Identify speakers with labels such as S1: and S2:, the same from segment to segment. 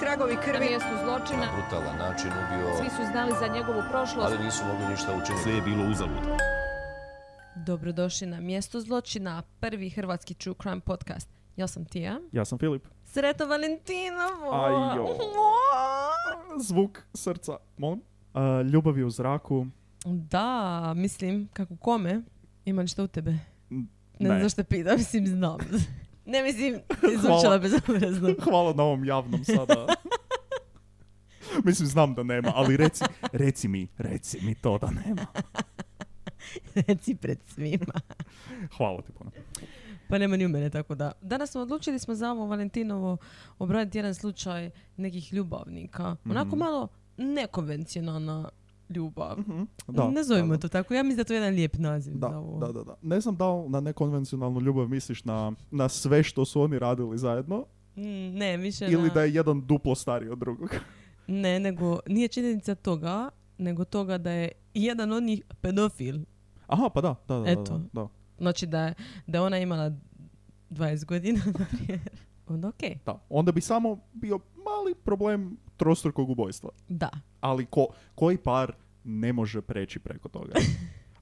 S1: tragovi
S2: Na
S1: krvi.
S2: mjestu zločina
S3: brutalan način ubio,
S2: svi su znali za njegovu prošlost.
S3: ali nisu mogli ništa učiniti.
S4: Sve je bilo uzalud.
S5: Dobrodošli na Mjesto zločina, prvi hrvatski true crime podcast. Ja sam Tija.
S4: Ja sam Filip.
S5: Sreto Valentinovo!
S4: Ajo. Zvuk srca. Molim? A, ljubav je u zraku.
S5: Da, mislim, kako kome? Ima li što u tebe? Ne, znam
S4: Ne.
S5: zašto pitam, mislim znam. ne mislim,
S4: Hvala.
S5: izvučala bezobrazno.
S4: Hvala na ovom javnom sada. Mislim, znam da nema, ali reci, reci mi, reci mi to da nema.
S5: Reci pred svima.
S4: Hvala ti puno.
S5: Pa nema ni u mene, tako da. Danas smo odlučili smo za ovo Valentinovo obraditi jedan slučaj nekih ljubavnika.
S4: Mhm.
S5: Onako malo nekonvencionalna ljubav.
S4: Mhm. Da,
S5: Nazovimo
S4: da,
S5: to tako. Ja mislim da je to jedan lijep naziv
S4: Da,
S5: za ovo.
S4: da, da, da. Ne znam da li na nekonvencionalnu ljubav misliš na, na sve što su oni radili zajedno
S5: Mm, Ne, više
S4: ili
S5: na-
S4: da je jedan duplo stariji od drugog.
S5: Ne, nego nije činjenica toga, nego toga da je jedan od njih pedofil.
S4: Aha, pa da, da, da, da,
S5: Eto.
S4: da. da.
S5: Znači da je, da je ona imala 20 godina, na primjer. Onda okej.
S4: Da, onda bi samo bio mali problem trostrukog ubojstva.
S5: Da.
S4: Ali ko, koji par ne može preći preko toga?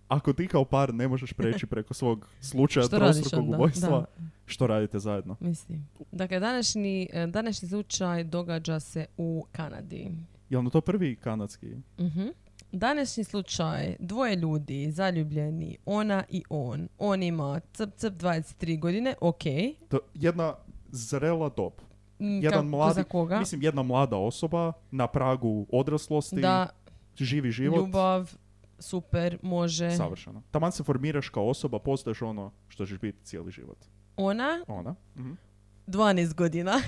S4: Ako ti kao par ne možeš preći preko svog slučaja
S5: Što radiš
S4: trostrukog
S5: onda?
S4: ubojstva,
S5: Da.
S4: što radite zajedno?
S5: Mislim. Dakle, današnji, e, današnji slučaj događa se u Kanadi.
S4: Jel na to prvi kanadski?
S5: Mhm. Današnji slučaj, dvoje ljudi, zaljubljeni, ona i on. On ima cp cp 23 godine, ok.
S4: To, jedna zrela dob.
S5: Mm,
S4: Jedan
S5: kako-
S4: mladi,
S5: za koga?
S4: mislim jedna mlada osoba na pragu odraslosti,
S5: da,
S4: živi život.
S5: ljubav, super, može.
S4: Savršeno. Taman se formiraš kao osoba, postaješ ono što ćeš biti cijeli život.
S5: Ona,
S4: Ona. Mhm.
S5: 12 godina.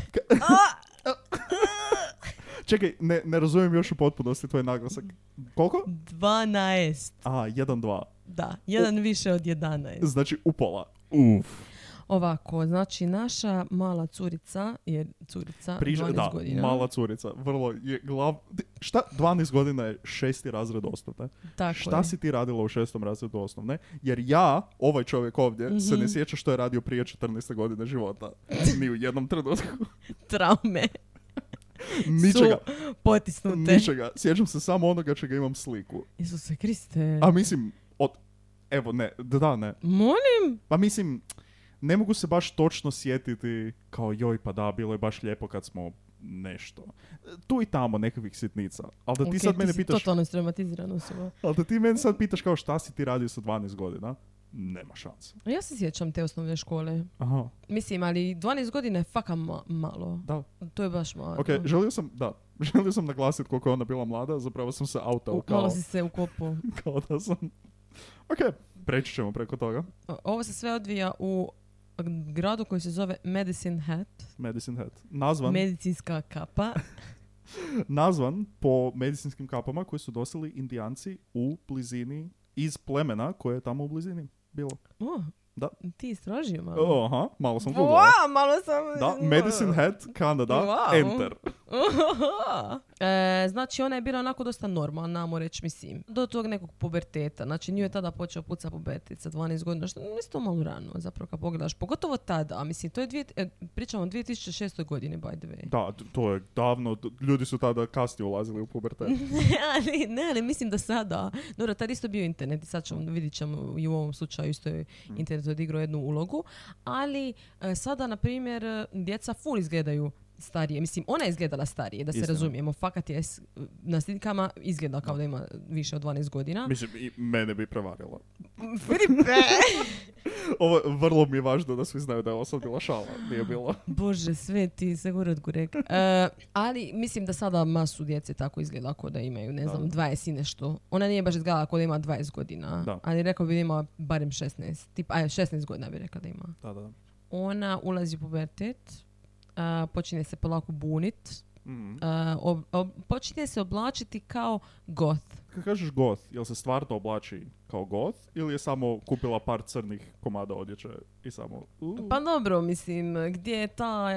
S4: Čekaj, ne, ne razumijem još u potpunosti tvoj naglasak. Koliko?
S5: 12.
S4: A, jedan, dva.
S5: Da, jedan više od 11.
S4: Znači, upola. Uf.
S5: Ovako, znači naša mala curica je curica
S4: Priž,
S5: 12
S4: da,
S5: godina.
S4: mala curica. Vrlo je glav... Ti- Šta? 12 godina je šesti razred osnovne.
S5: Tako
S4: Šta
S5: je.
S4: si ti radila u šestom razredu osnovne? Jer ja, ovaj čovjek ovdje, se ne sjeća što je radio prije 14. godine života. Ni u jednom trenutku.
S5: Traume
S4: Ničega.
S5: su potisnute.
S4: Ničega. Sjećam se samo onoga čega imam sliku.
S5: Isuse Kriste.
S4: A mislim, od... Evo, ne, da, da, ne.
S5: Molim?
S4: Pa mislim, ne mogu se baš točno sjetiti kao joj pa da, bilo je baš lijepo kad smo nešto. Tu i tamo nekakvih sitnica. Ali da ti
S5: Okej,
S4: sad mene
S5: si
S4: pitaš,
S5: totalno istraumatizirana osoba.
S4: ali da ti mene sad pitaš kao šta si ti radio sa 12 godina, nema šanse.
S5: Ja se sjećam te osnovne škole.
S4: Aha,
S5: Mislim, ali 12 godina je faka ma- malo.
S4: da.
S5: To je baš malo.
S4: Ok, želio sam, da, želio sam naglasiti koliko je ona bila mlada, zapravo sam se auto
S5: U-
S4: kao,
S5: Malo si se ukopao.
S4: kao da sam... Ok, preći ćemo preko toga.
S5: O- Ovo se sve odvija u gradu koji se zove Medicine Hat.
S4: Medicine Head. Nazvan,
S5: Medicinska kapa.
S4: nazvan po medicinskim kapama koji su dosili indijanci u blizini iz plemena koje je tamo u blizini bilo.
S5: O,
S4: Da.
S5: Ti istražio malo.
S4: O, Aha, malo sam googlao.
S5: Wow, malo sam...
S4: Da, Medicine Hat, Kanada,
S5: Wow.
S4: enter.
S5: E, znači, ona je bila onako dosta normalna, ajmo reći, mislim. Do tog nekog puberteta. Znači, nju je tada počeo puca pubertet sa 12 godina, što je to malo rano, zapravo, kad pogledaš. Pogotovo tada, a mislim, to je dvije, e, pričamo o 2006. godine, by the way.
S4: Da, t- to je davno, d- ljudi su tada kasnije ulazili u pubertet.
S5: ali, ne, ali mislim da sada, dobro, tad isto bio internet i sad ćemo, vidit ćemo i u ovom slučaju isto je
S4: Mm.
S5: internet odigrao jednu ulogu, ali e, sada, na primjer, e, djeca full izgledaju starije. Mislim, ona je izgledala starije, da se
S4: Istina.
S5: razumijemo. Fakat je s- na slikama izgleda kao da ima više od 12 godina.
S4: Mislim, i mene bi prevarilo.
S5: Filipe!
S4: Ovo, je- vrlo mi je važno da svi znaju da je ovo sad bila šala, nije bilo.
S5: Bože, sveti, seguro od gurek. E, ali mislim da sada masu djece tako izgleda kao da imaju, ne znam, 20 i nešto. Ona nije baš izgledala kao da ima 20 godina,
S4: Da.
S5: ali rekao bi da ima barem 16. Tip, aj, 16 godina bi rekla da ima.
S4: Da, da.
S5: Ona ulazi u pubertet, a, počinje se polako bunit,
S4: Mm.
S5: a, ob- ob- počinje se oblačiti kao goth.
S4: Kad kažeš goth, jel se stvarno oblači kao goth ili je samo kupila par crnih komada odjeće i samo... "U,
S5: Pa dobro, mislim, gdje je ta,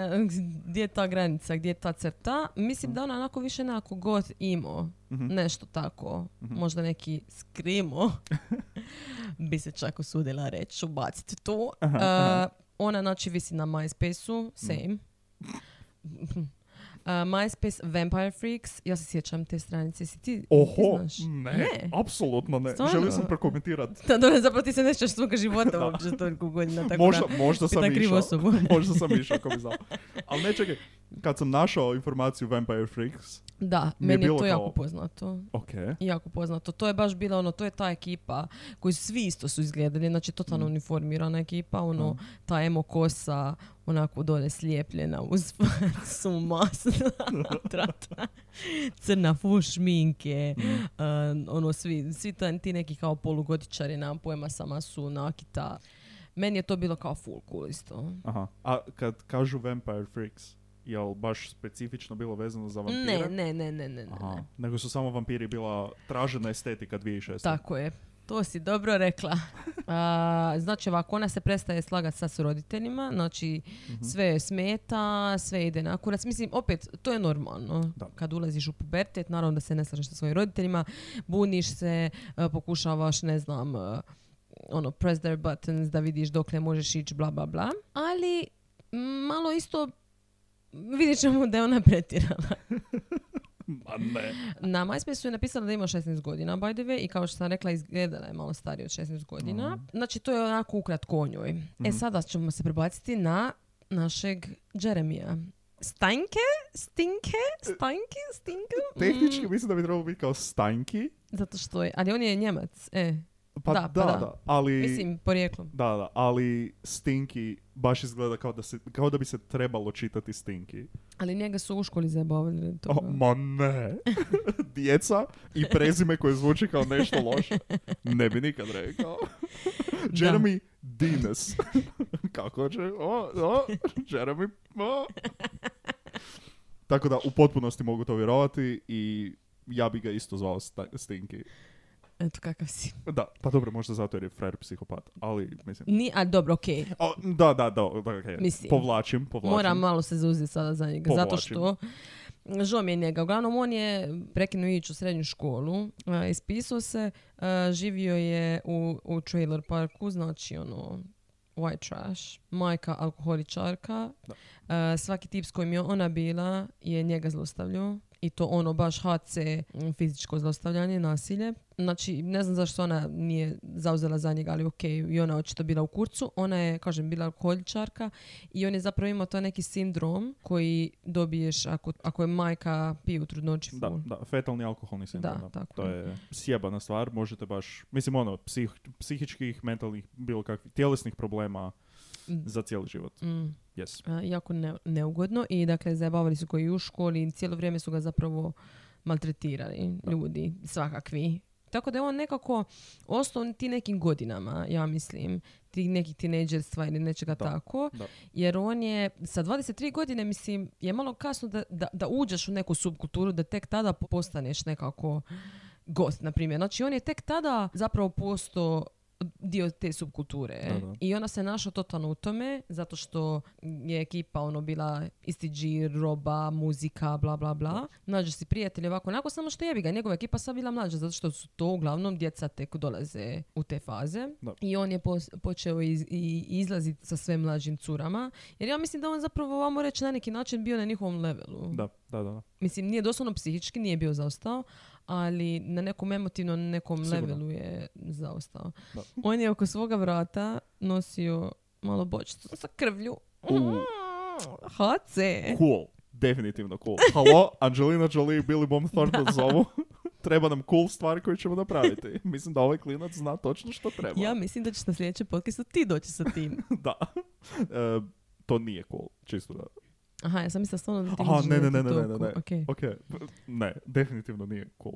S5: gdje je ta granica, gdje je ta crta? Mislim da ona onako više nekako god imao,
S4: Mhm.
S5: nešto tako, možda neki skrimo, bi se čak usudila reći, ubaciti tu.
S4: Mhm.
S5: E, ona znači visi na MySpace-u, same. A, MySpace Vampire Freaks, ja se sjećam te stranice, si ti, ti
S4: Oho,
S5: znaš?
S4: ne,
S5: Ne.
S4: apsolutno ne.
S5: Stvarno?
S4: Želio sam prokomentirati.
S5: Da, dobro, zapravo ti se ne sjećaš svoga života
S4: Da.
S5: uopće toliko godina, tako
S4: Možda,
S5: da,
S4: možda sam
S5: pitaj krivu
S4: išao.
S5: osobu.
S4: možda sam išao ako bi znao. Ali ne čekaj, kad sam našao informaciju Vampire Freaks,
S5: Da,
S4: Mi je
S5: meni je
S4: bilo
S5: to jako
S4: kao-
S5: poznato.
S4: ok,
S5: Jako poznato. To je baš bila ono, to je ta ekipa koji svi isto su izgledali, znači totalno uniformirana ekipa, ono, ta emo kosa, onako dole slijepljena uz su masna trata, crna full šminke, eh, ono, svi, svi ta- ti neki kao polugotičari, nam pojma sama su nakita. Meni je to bilo kao full cool isto.
S4: aha. A kad kažu Vampire Freaks, jel baš specifično bilo vezano za vampire?
S5: Ne, ne, ne, ne, ne, ne.
S4: Aha, nego su samo vampiri bila tražena estetika 2006.
S5: Tako je. To si dobro rekla. A, znači ovako, ona se prestaje slagati sad s roditeljima, znači sve joj smeta, sve ide na kurac. Mislim, opet, to je normalno.
S4: Da.
S5: Kad ulaziš u pubertet, naravno da se ne slažeš sa svojim roditeljima, buniš se, e, pokušavaš, ne znam, e, ono, press their buttons da vidiš dokle možeš ići, bla, bla, bla. Ali m, malo isto vidjet ćemo da je ona pretjerala.
S4: Ma ne.
S5: Na MySpace je napisala da ima 16 godina, by the way, i kao što sam rekla, izgledala je malo starije od 16 godina.
S4: Mhm.
S5: Znači, to je onako ukratko o njoj. E, sada ćemo se prebaciti na našeg Jeremija. Stanke? Stinke? Stanki? Stinke?
S4: Tehnički mislim da bi trebalo biti kao Stanki.
S5: Zato što je, ali on je Njemac, e.
S4: Pa
S5: Da,
S4: da,
S5: pa
S4: da,
S5: da.
S4: ali...
S5: Mislim, porijeklom.
S4: Da, da, ali Stinky baš izgleda kao da, se, kao da bi se trebalo čitati Stinky.
S5: Ali njega su u školi zajebavali radi toga.
S4: O, ma ne. Djeca i prezime koje zvuči kao nešto loše. Ne bi nikad rekao. Jeremy Dines. Kako će? O, o, Jeremy. o. Tako da u potpunosti mogu to vjerovati i ja bi ga isto zvao Sta- Stinky.
S5: Eto kakav si.
S4: Da, pa dobro, možda zato jer je frajer psihopat, ali mislim...
S5: Ni, a dobro, okej.
S4: O, da, da, da, okay.
S5: Mislim,
S4: povlačim, povlačim.
S5: Moram malo se zauzeti sada za njega, zato
S4: Povlačim.
S5: što žao mi je njega. Uglavnom, on je prekinuo ići u srednju školu, e, ispisao se, e, živio je u, u trailer parku, znači ono, white trash, majka alkoholičarka, E, svaki tip s kojim je ona bila je njega zlostavljao i to ono baš HC m, fizičko zlostavljanje, nasilje. Znači, ne znam zašto ona nije zauzela za njega, ali ok, i ona je očito bila u kurcu. Ona je, kažem, bila alkoholičarka i on je zapravo imao to neki sindrom koji dobiješ ako, ako je majka pije u trudnoći
S4: Da,
S5: ful.
S4: da, fetalni alkoholni sindrom.
S5: Da,
S4: da.
S5: tako
S4: To je sjebana stvar, možete baš, mislim ono, psih, psihičkih, mentalnih, bilo kakvih, tjelesnih problema za cijeli život.
S5: Mm.
S4: Yes.
S5: A, jako ne- neugodno i dakle zajebavali su ga i u školi i cijelo vrijeme su ga zapravo maltretirali ljudi svakakvi. Tako da je on nekako ostao ti nekim godinama, ja mislim, ti nekih tinejdžerstva ili nečega
S4: Da,
S5: tako,
S4: da.
S5: jer on je sa 23 godine, mislim, je malo kasno da, da, da uđeš u neku subkulturu, da tek tada postaneš nekako gost, na primjer. Znači, on je tek tada zapravo postao dio te subkulture.
S4: Da, da.
S5: I ona se našla totalno u tome, zato što je ekipa ono bila isti džir, roba, muzika, bla, bla, bla. Nađe si prijatelje ovako, onako, samo što jebi ga, njegova ekipa sad bila mlađa, zato što su to uglavnom djeca tek dolaze u te faze.
S4: Da.
S5: I on je pos- počeo iz- i izlaziti sa sve mlađim curama, jer ja mislim da on zapravo, vamo reći, na neki način bio na njihovom levelu.
S4: Da, da, da. da.
S5: Mislim, nije doslovno psihički, nije bio zaostao, ali na nekom emotivnom nekom
S4: Sigurno.
S5: levelu je zaostao.
S4: Da.
S5: On je oko svoga vrata nosio malo bočicu sa krvlju.
S4: U.
S5: HC.
S4: Cool. Definitivno cool. Halo, Angelina Jolie i Billy Bob Thornton zovu. treba nam cool stvar koju ćemo napraviti. Mislim da ovaj klinac zna točno što treba.
S5: Ja mislim da ćeš na sljedećem podcastu ti doći sa tim.
S4: da. E, to nije cool, čisto da.
S5: Aha, ja sam mislila stvarno da ti
S4: Aha,
S5: možeš
S4: ne, ne,
S5: dodati
S4: ne, ne,
S5: to
S4: ne, ne,
S5: oko-
S4: ne.
S5: okej,
S4: Ok, ne, definitivno nije cool.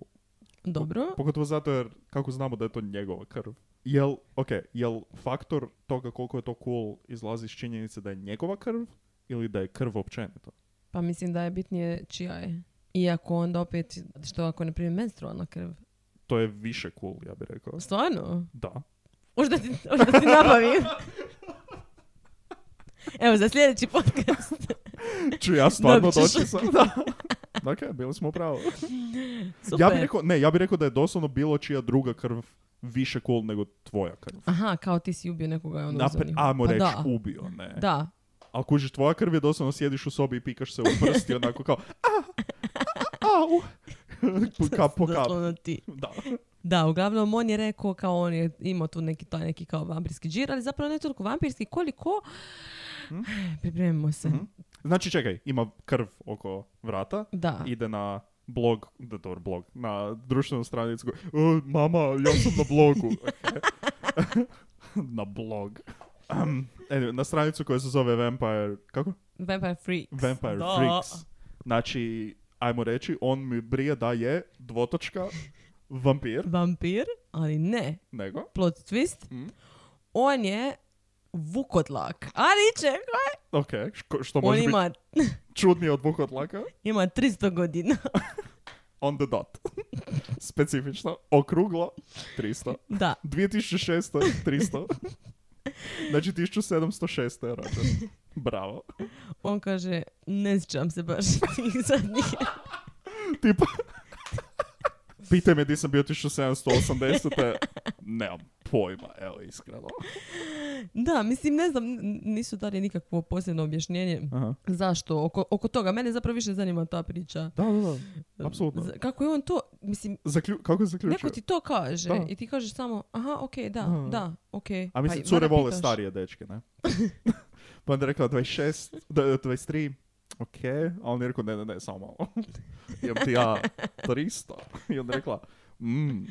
S5: dobro.
S4: Pogotovo zato jer, kako znamo da je to njegova krv. Jel, ok, jel faktor toga koliko je to cool izlazi iz činjenice da je njegova krv ili da je krv općenito?
S5: Pa mislim da je bitnije čija je. Iako onda opet, što ako je, na primjer menstrualna krv.
S4: To je više cool, ja bih rekao.
S5: Stvarno?
S4: Da.
S5: Možda ti, možda ti nabavim. Evo, za sljedeći podcast.
S4: Ću ja stvarno
S5: Dobit ćeš.
S4: doći sa... Da. Ok, bili smo pravo.
S5: Super.
S4: Ja bih rekao, ne, ja bih rekao da je doslovno bilo čija druga krv više cool nego tvoja krv.
S5: Aha, kao ti si ubio nekoga i ono
S4: Napre-
S5: uzeo njihov.
S4: ajmo
S5: Pa
S4: reći
S5: da.
S4: ubio, ne.
S5: Da,
S4: A kužiš, tvoja krv je doslovno sjediš u sobi i pikaš se u prsti onako kao a, a, au. kap po kap.
S5: Doslovno ti.
S4: Da.
S5: Da, uglavnom on je rekao kao on je imao tu neki taj neki kao vampirski džir, ali zapravo ne toliko vampirski koliko
S4: Mhm.
S5: pripremimo se.
S4: Znači čekaj, ima krv oko vrata,
S5: Da.
S4: ide na blog, da dobro blog, na društvenu stranicu, "E, mama, ja sam na blogu. Ok. na blog. Um, anyway, na stranicu koja se zove Vampire, kako?
S5: Vampire Freaks.
S4: Vampire
S5: Da.
S4: Freaks. Znači, ajmo reći, on mi brije da je dvotočka vampir,
S5: Vampir, ali ne.
S4: nego
S5: Plot twist.
S4: Mhm.
S5: On je vukodlak. Ali čekaj.
S4: Ok, ško- što
S5: On
S4: može biti
S5: ima,
S4: čudnije od buka od laka.
S5: ima 300 godina.
S4: On the dot. Specifično. Okruglo. 300.
S5: da.
S4: 2600. 300. Znači 1706. je rođen. Bravo.
S5: On kaže, ne sjećam se baš tih zadnjih.
S4: Tipa... Pitaj me di sam bio 1780. Nemam pojma, evo iskreno.
S5: Da, mislim, ne znam, n- nisu dali nikakvo posebno objašnjenje
S4: Aha.
S5: zašto oko, oko toga. Mene zapravo više zanima ta priča.
S4: Da, da, da. Apsolutno.
S5: Z- Kako je on to, mislim,
S4: Zaklju- kako
S5: neko
S4: je zaključio?
S5: ti to kaže
S4: Da.
S5: i ti kažeš samo, aha, okej, da,
S4: Da.
S5: da, okej.
S4: A mislim,
S5: Pa,
S4: cure
S5: valjda
S4: vole
S5: pitaš.
S4: starije dečke, ne? pa onda je rekla 26, da, 23, ok, a on je rekao ne, ne, ne, samo malo. Imam ti ja 300. I onda je rekla, mm,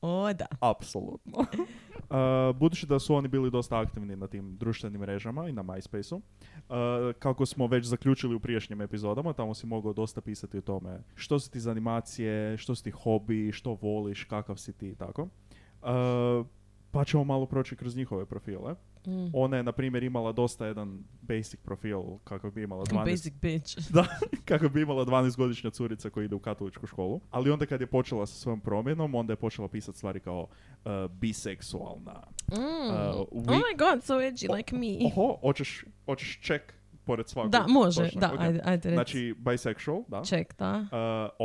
S5: O, da.
S4: apsolutno. Uh, budući da su oni bili dosta aktivni na tim društvenim mrežama i na MySpace-u, uh, kako smo već zaključili u prijašnjim epizodama, tamo si mogao dosta pisati o tome što si ti za animacije, što si ti hobi, što voliš, kakav si ti i tako. Uh, pa ćemo malo proći kroz njihove profile.
S5: Mm.
S4: Ona je, na primjer, imala dosta jedan basic profil kako bi imala 12,
S5: Basic bitch.
S4: da, kako bi imala 12-godišnja curica koja ide u katoličku školu. Ali onda kad je počela sa svojom promjenom, onda je počela pisati stvari kao uh, biseksualna.
S5: Mm.
S4: Uh,
S5: oh
S4: we- Oh,
S5: my god, so edgy, like me.
S4: Oho, hoćeš, hoćeš ček pored svakog.
S5: da, može,
S4: Točno,
S5: da,
S4: ok.
S5: ajde, ajde, reci.
S4: Znači, bisexual, da.
S5: Ček, da?
S4: Uh,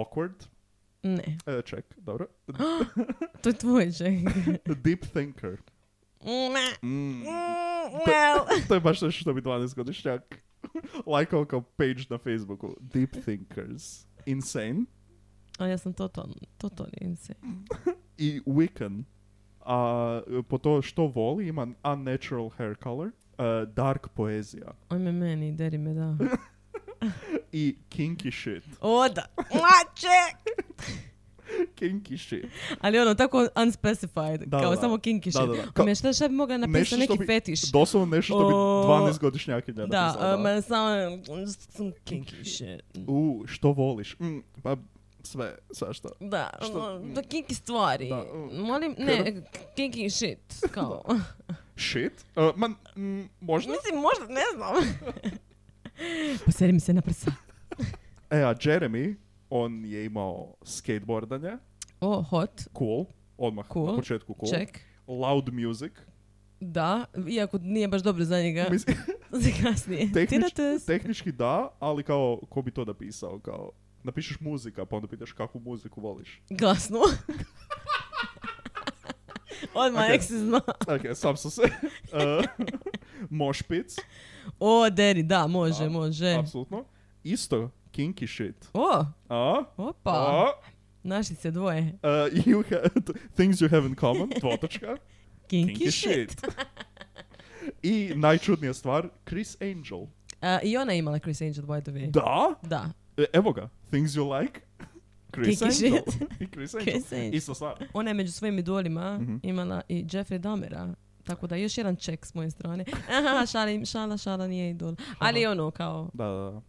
S4: awkward,
S5: Ne, Ah,
S4: uh, ček, dobro.
S5: to je tvoj ček.
S4: Deep thinker.
S5: Ne.
S4: Mm.
S5: Well.
S4: to je baš nešto što bi 12-godišnjak lajkao kao page na Facebooku. Deep thinkers. Insane.
S5: A ja sam totalno, totalno insane.
S4: i Wiccan. A e, po to što voli ima unnatural hair color, e, dark poezija
S5: Ojme meni, deri me da.
S4: i kinky shit.
S5: O da. Mače!
S4: Kinky shit.
S5: Ali ono, tako unspecified,
S4: Da,
S5: kao
S4: da, da.
S5: samo kinky
S4: Da,
S5: shit.
S4: da, da.
S5: Kao, šta, šta bi mogla napisati
S4: što
S5: neki
S4: bi-
S5: fetiš?
S4: Doslovno nešto što bi
S5: O,
S4: 12-godišnjakinja
S5: Da,
S4: napisala.
S5: um, samo some kinky shit.
S4: U, što voliš? Mm, pa sve, svašta.
S5: Da,
S4: Što-
S5: ono, da kinky stvari.
S4: Da, mm.
S5: Molim, ne, kinky shit, kao.
S4: Shit? E, ma, mm, možda?
S5: Mislim, možda, ne znam. Poseri mi se na prsa.
S4: E, a Jeremy, on je imao skateboardanje.
S5: O, hot,
S4: Cool. Odmah na
S5: Cool.
S4: početku cool.
S5: ček.
S4: Loud music.
S5: Da, iako nije baš dobro za njega.
S4: Mislim,
S5: Za kasnije.
S4: Tehnič-
S5: Tinnitus.
S4: tehnički da, ali kao, ko bi to napisao? Kao, napišeš muzika, pa onda pitaš kakvu muziku voliš.
S5: Glasno. Odmah
S4: Ok.
S5: okay. se zna.
S4: Ok, sam sam se. Eh, Mošpic,
S5: O, Deri, da, može,
S4: Da,
S5: može.
S4: apsolutno. Isto, kinky shit.
S5: O,
S4: A?
S5: opa,
S4: A?
S5: našli se dvoje.
S4: Uh, you ha- things you have in common, dvotočka.
S5: Kinky,
S4: Kinky
S5: shit.
S4: shit. I najčudnija stvar, Chris Angel.
S5: A, I ona je imala Chris Angel, by the way.
S4: Da,
S5: Da.
S4: e, evo ga. Things you like, Chris
S5: Kinky
S4: Angel.
S5: shit.
S4: I Chris Angel.
S5: Chris Angel.
S4: Ista stvar.
S5: Ona je među svojim idolima
S4: Mhm.
S5: imala i Jeffrey Dahmera. Tako da, još jedan ček s moje strane. Aha, šalim, šala, šala, nije idol. Ali ono, kao,
S4: Da, da, da.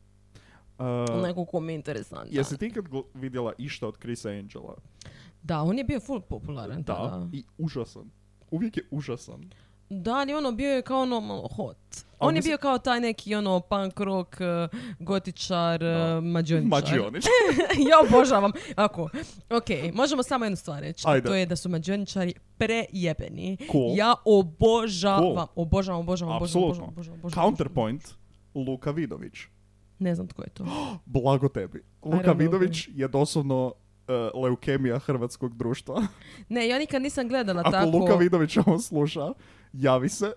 S4: Uh,
S5: onako kom je interesantan.
S4: Jesi ti kad gl- vidjela išta od Chrisa Angela?
S5: Da, on je bio full popularan tada.
S4: I užasan. Uvijek je užasan.
S5: Da, ali ono, bio je kao ono malo hot.
S4: A
S5: On je
S4: mislim-
S5: bio kao taj neki ono punk rock, eh, gotičar,
S4: Da.
S5: eh, mađioničar.
S4: Mađionič.
S5: ja obožavam. Ako, ok, možemo samo jednu stvar reći. a
S4: Ajde.
S5: To je da su mađioničari prejebeni.
S4: Cool.
S5: Ja obožavam,
S4: Cool.
S5: obožavam, obožavam, obožavam,
S4: Apsolutno.
S5: obožavam, obožavam, obožavam.
S4: Counterpoint, Luka Vidović.
S5: Ne znam tko je to.
S4: Blago tebi.
S5: Naravno,
S4: Luka Vidović je doslovno e, leukemija hrvatskog društva.
S5: Ne, ja nikad nisam gledala
S4: Ako
S5: tako.
S4: Luka Vidović ovo sluša, javi se.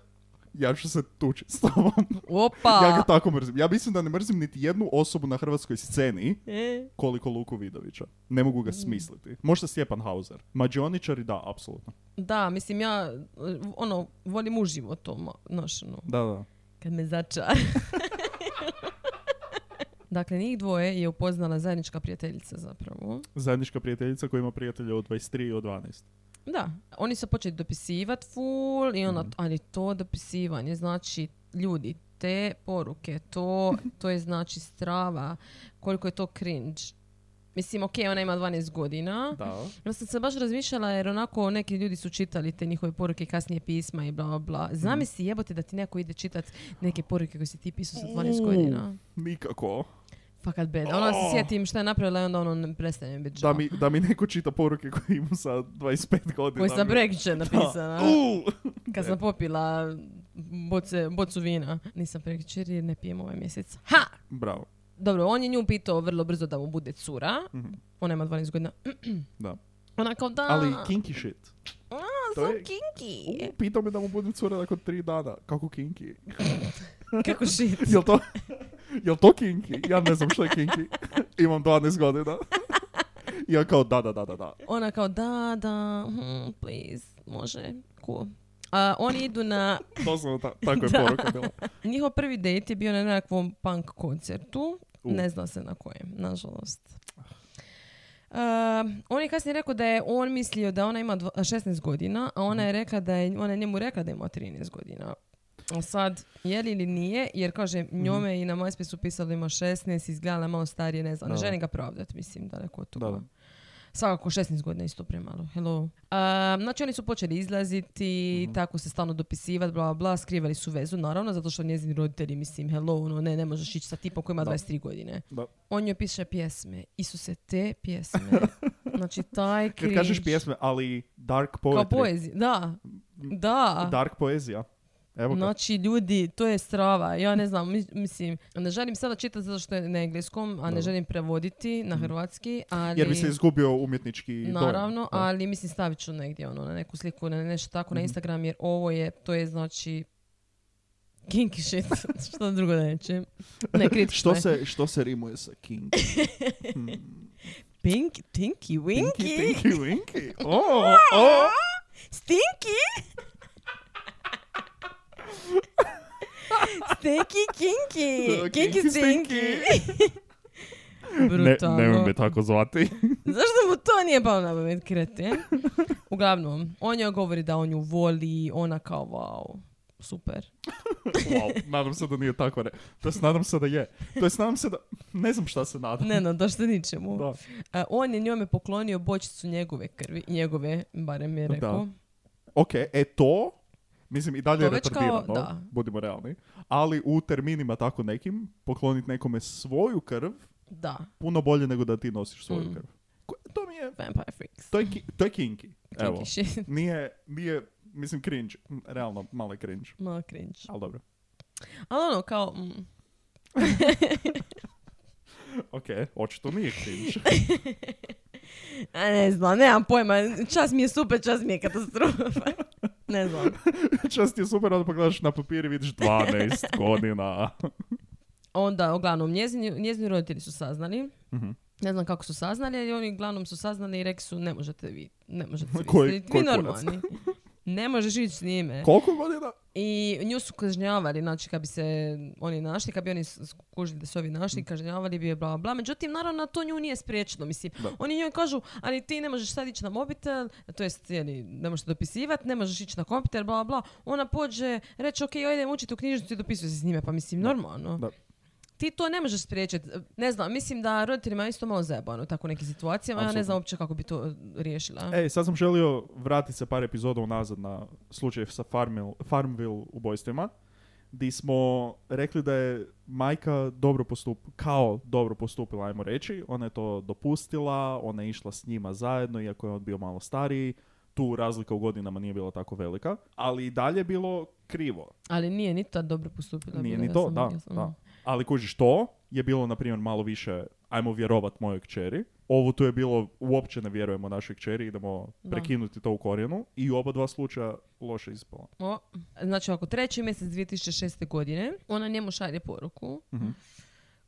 S4: ja ću se tući s tobom.
S5: Opa!
S4: Ja ga tako mrzim. Ja mislim da ne mrzim niti jednu osobu na hrvatskoj sceni
S5: E,
S4: koliko Luku Vidovića. Ne mogu ga smisliti. Možda Stjepan Hauser. Mađioničari, da, apsolutno.
S5: da, mislim ja, eh, ono, volim uživo to, ma- znaš, ono,
S4: Da, da.
S5: kad me začar. dakle, njih dvoje je upoznala zajednička prijateljica zapravo.
S4: Zajednička prijateljica koja ima prijatelje od 23 i od 12.
S5: Da, oni su počeli dopisivat full i ona, ali to dopisivanje, znači ljudi, te poruke, to, to je znači strava, koliko je to cringe. Mislim, ok, ona ima 12 godina.
S4: Da.
S5: Ja sam se baš razmišljala jer onako neki ljudi su čitali te njihove poruke i kasnije pisma i bla bla bla. Zamisli jebote da ti neko ide čitat neke poruke koje si ti pisao sa 12 godina.
S4: Nikako.
S5: Fakat bed. Ona se
S4: Oh.
S5: sjetim šta je napravila i onda ono ne prestane mi biti
S4: Da
S5: žao.
S4: mi, da mi neko čita poruke koje imam sa 25 godina.
S5: Koji sam
S4: mi-
S5: prekjučer napisala.
S4: U! E.
S5: Kad sam popila boce, bocu vina. Nisam prekjučer jer ne pijem ovaj mjesec. Ha!
S4: Bravo.
S5: Dobro, on je nju pitao vrlo brzo da mu bude cura. Ona ima 12 godina.
S4: Mhm. Da.
S5: Ona kao da.
S4: Ali kinky shit.
S5: A,
S4: to
S5: so
S4: je-
S5: kinky.
S4: U, pitao me da mu budem cura nakon tri dana. Kako kinky?
S5: Kako shit.
S4: Jel to, jel to kinky? Ja ne znam što je kinky. Imam 12 godina. I ja kao da, da, da, da, da.
S5: Ona kao, da, da, hm, please, može, cool. A, oni idu na,
S4: Doslovno ta, tako je
S5: Da.
S4: poruka bila.
S5: njihov prvi date je bio na nekakvom punk koncertu,
S4: U.
S5: ne zna se na kojem, nažalost. Uh, on je kasnije rekao da je on mislio da ona ima dv- 16 godina, a ona je
S4: Mhm.
S5: rekla da je, ona je njemu rekla da ima 13 godina. A Sad, je li ili nije, jer kaže,
S4: Mhm.
S5: njome i na MySpace su pisali ima 16, izgledala je malo starije, ne znam, ne
S4: Da.
S5: želim ga pravdati, mislim, daleko od toga.
S4: Da, da.
S5: Svakako 16 godina isto premalo. Hello. Um, znači oni su počeli izlaziti,
S4: Mhm.
S5: tako se stalno dopisivati, bla, bla, bla, skrivali su vezu, naravno, zato što njezini roditelji, mislim, hello, ono, ne, ne možeš ići sa tipom koji ima
S4: Da.
S5: 23 godine.
S4: Da.
S5: On njoj piše pjesme. Isuse, te pjesme. Znači, taj
S4: Kad
S5: cringe.
S4: kažeš pjesme, ali dark
S5: Kao
S4: poetry.
S5: poezija. Da, da.
S4: Dark poezija. Evo ga.
S5: Znači, ljudi, to je strava. Ja ne znam, mi- mislim, ne želim sada čitati zato što je na engleskom, a ne
S4: Dobro.
S5: želim prevoditi na hrvatski, ali...
S4: Mhm. Jer bi se izgubio umjetnički dojam.
S5: Naravno,
S4: Da. Mhm.
S5: ali mislim stavit ću negdje ono, na neku sliku, na nešto tako na Instagram, jer ovo je, to je znači kinky shit, što drugo neće. Ne, kritično
S4: Što
S5: je.
S4: se, što se rimuje sa king?
S5: Pink, tinky, winky,
S4: Pinky, pinky, winky. O, o.
S5: stinky. Stinky, kinky, kinky,
S4: Kinky,
S5: stinky.
S4: Ne,
S5: Brutalno.
S4: nemoj me tako zvati.
S5: Zašto mu to nije palo na pamet, kreten? Uglavnom, on joj govori da on ju voli, ona kao, wow, super.
S4: wow, nadam se da nije tako. Ne. To jest, nadam se da je. To jest, nadam se da... Ne znam šta se nadam.
S5: Ne, no, došlo ničemu.
S4: Da.
S5: A, E, on je njome poklonio bočicu njegove krvi, njegove, barem je rekao.
S4: Ok, e to... Mislim, i dalje
S5: To
S4: je
S5: već kao,
S4: retardirano,
S5: da.
S4: budimo realni. Ali u terminima tako nekim, pokloniti nekome svoju krv,
S5: Da.
S4: puno bolje nego da ti nosiš svoju
S5: Mm.
S4: krv. Ko- To mi je...
S5: Vampire Freaks.
S4: To je, ki- to je kinky. Evo.
S5: Kinky shit.
S4: Nije, nije, mislim, cringe. Realno, malo je cringe.
S5: Malo cringe.
S4: Ali dobro.
S5: Ali ono, kao, mm,
S4: Ok, očito nije cringe.
S5: a ne znam, nemam pojma, čas mi je super, čas mi je katastrofa. ne znam.
S4: Čas ti je super, onda pogledaš na papir i vidiš 12 godina.
S5: Onda, uglavnom, njezini, njezini roditelji su saznali.
S4: Mhm.
S5: Ne znam kako su saznali, ali oni uglavnom su saznali i rekli su ne možete vi, ne možete vi,
S4: Koji-
S5: ste- vi
S4: koji kurac?
S5: normalni. ne možeš ići s njime.
S4: Koliko godina?
S5: I nju su kažnjavali, znači kad bi se oni našli, kad bi oni s- skužili da su ovi našli,
S4: Mm.
S5: kažnjavali bi je bla bla, bla. Međutim, naravno, to nju nije spriječilo, mislim.
S4: Da.
S5: Oni njoj kažu, ali ti ne možeš sad ići na mobitel, to jest, jeli, ne možeš dopisivati, ne možeš ići na kompjuter, bla bla. Ona pođe, reče, ok, ja idem učiti u knjižnicu i dopisuje se s njime, pa mislim, normalno.
S4: Da.
S5: Ti to ne možeš spriječiti. Ne znam, mislim da roditeljima je isto malo zajebano u tako nekim situacijama. Ja ne
S4: Apsolutno.
S5: znam uopće kako bi to riješila.
S4: E, sad sam želio vratiti se par epizoda unazad na slučaj sa Farmil, Farmville ubojstvima, di smo rekli da je majka dobro postup, kao dobro postupila, ajmo reći. Ona je to dopustila, ona je išla s njima zajedno, iako je on bio malo stariji. Tu razlika u godinama nije bila tako velika, ali i dalje je bilo krivo.
S5: Ali nije ni tad dobro postupila.
S4: Nije
S5: bila,
S4: ni
S5: ja
S4: to,
S5: sam- Mm.
S4: da,
S5: ja sam-
S4: da. Ali kužiš, to je bilo, na primjer, malo više, ajmo vjerovat mojoj kćeri, ovo tu je bilo, uopće ne vjerujemo našoj kćeri, idemo
S5: Da.
S4: prekinuti to u korijenu i u oba dva slučaja loše ispalo.
S5: O, znači ako treći mjesec 2006. godine, ona njemu šalje poruku
S4: Mhm.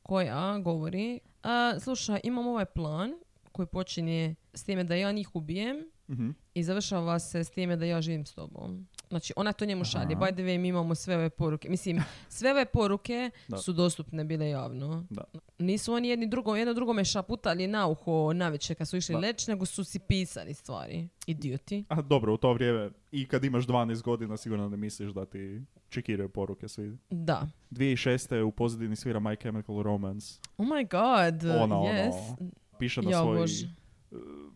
S5: koja govori "A, slušaj, imam ovaj plan koji počinje s time da ja njih ubijem
S4: Mhm.
S5: i završava se s time da ja živim s tobom. Znači, ona to njemu šalje. By the way, mi imamo sve ove poruke. Mislim, sve ove poruke
S4: Da.
S5: su dostupne bile javno.
S4: Da.
S5: Nisu oni jedni drugo, jedno drugome šaputali na uho navečer kad su išli
S4: Da.
S5: leć, nego su si pisali stvari. Idioti.
S4: A dobro, u to vrijeme i kad imaš 12 godina sigurno ne misliš da ti čekiraju poruke svi.
S5: Da.
S4: 2006. u pozadini svira My Chemical Romance.
S5: Oh my god,
S4: Ona,
S5: yes.
S4: ono, piše na
S5: Jao,
S4: svoj
S5: Bože.
S4: eh,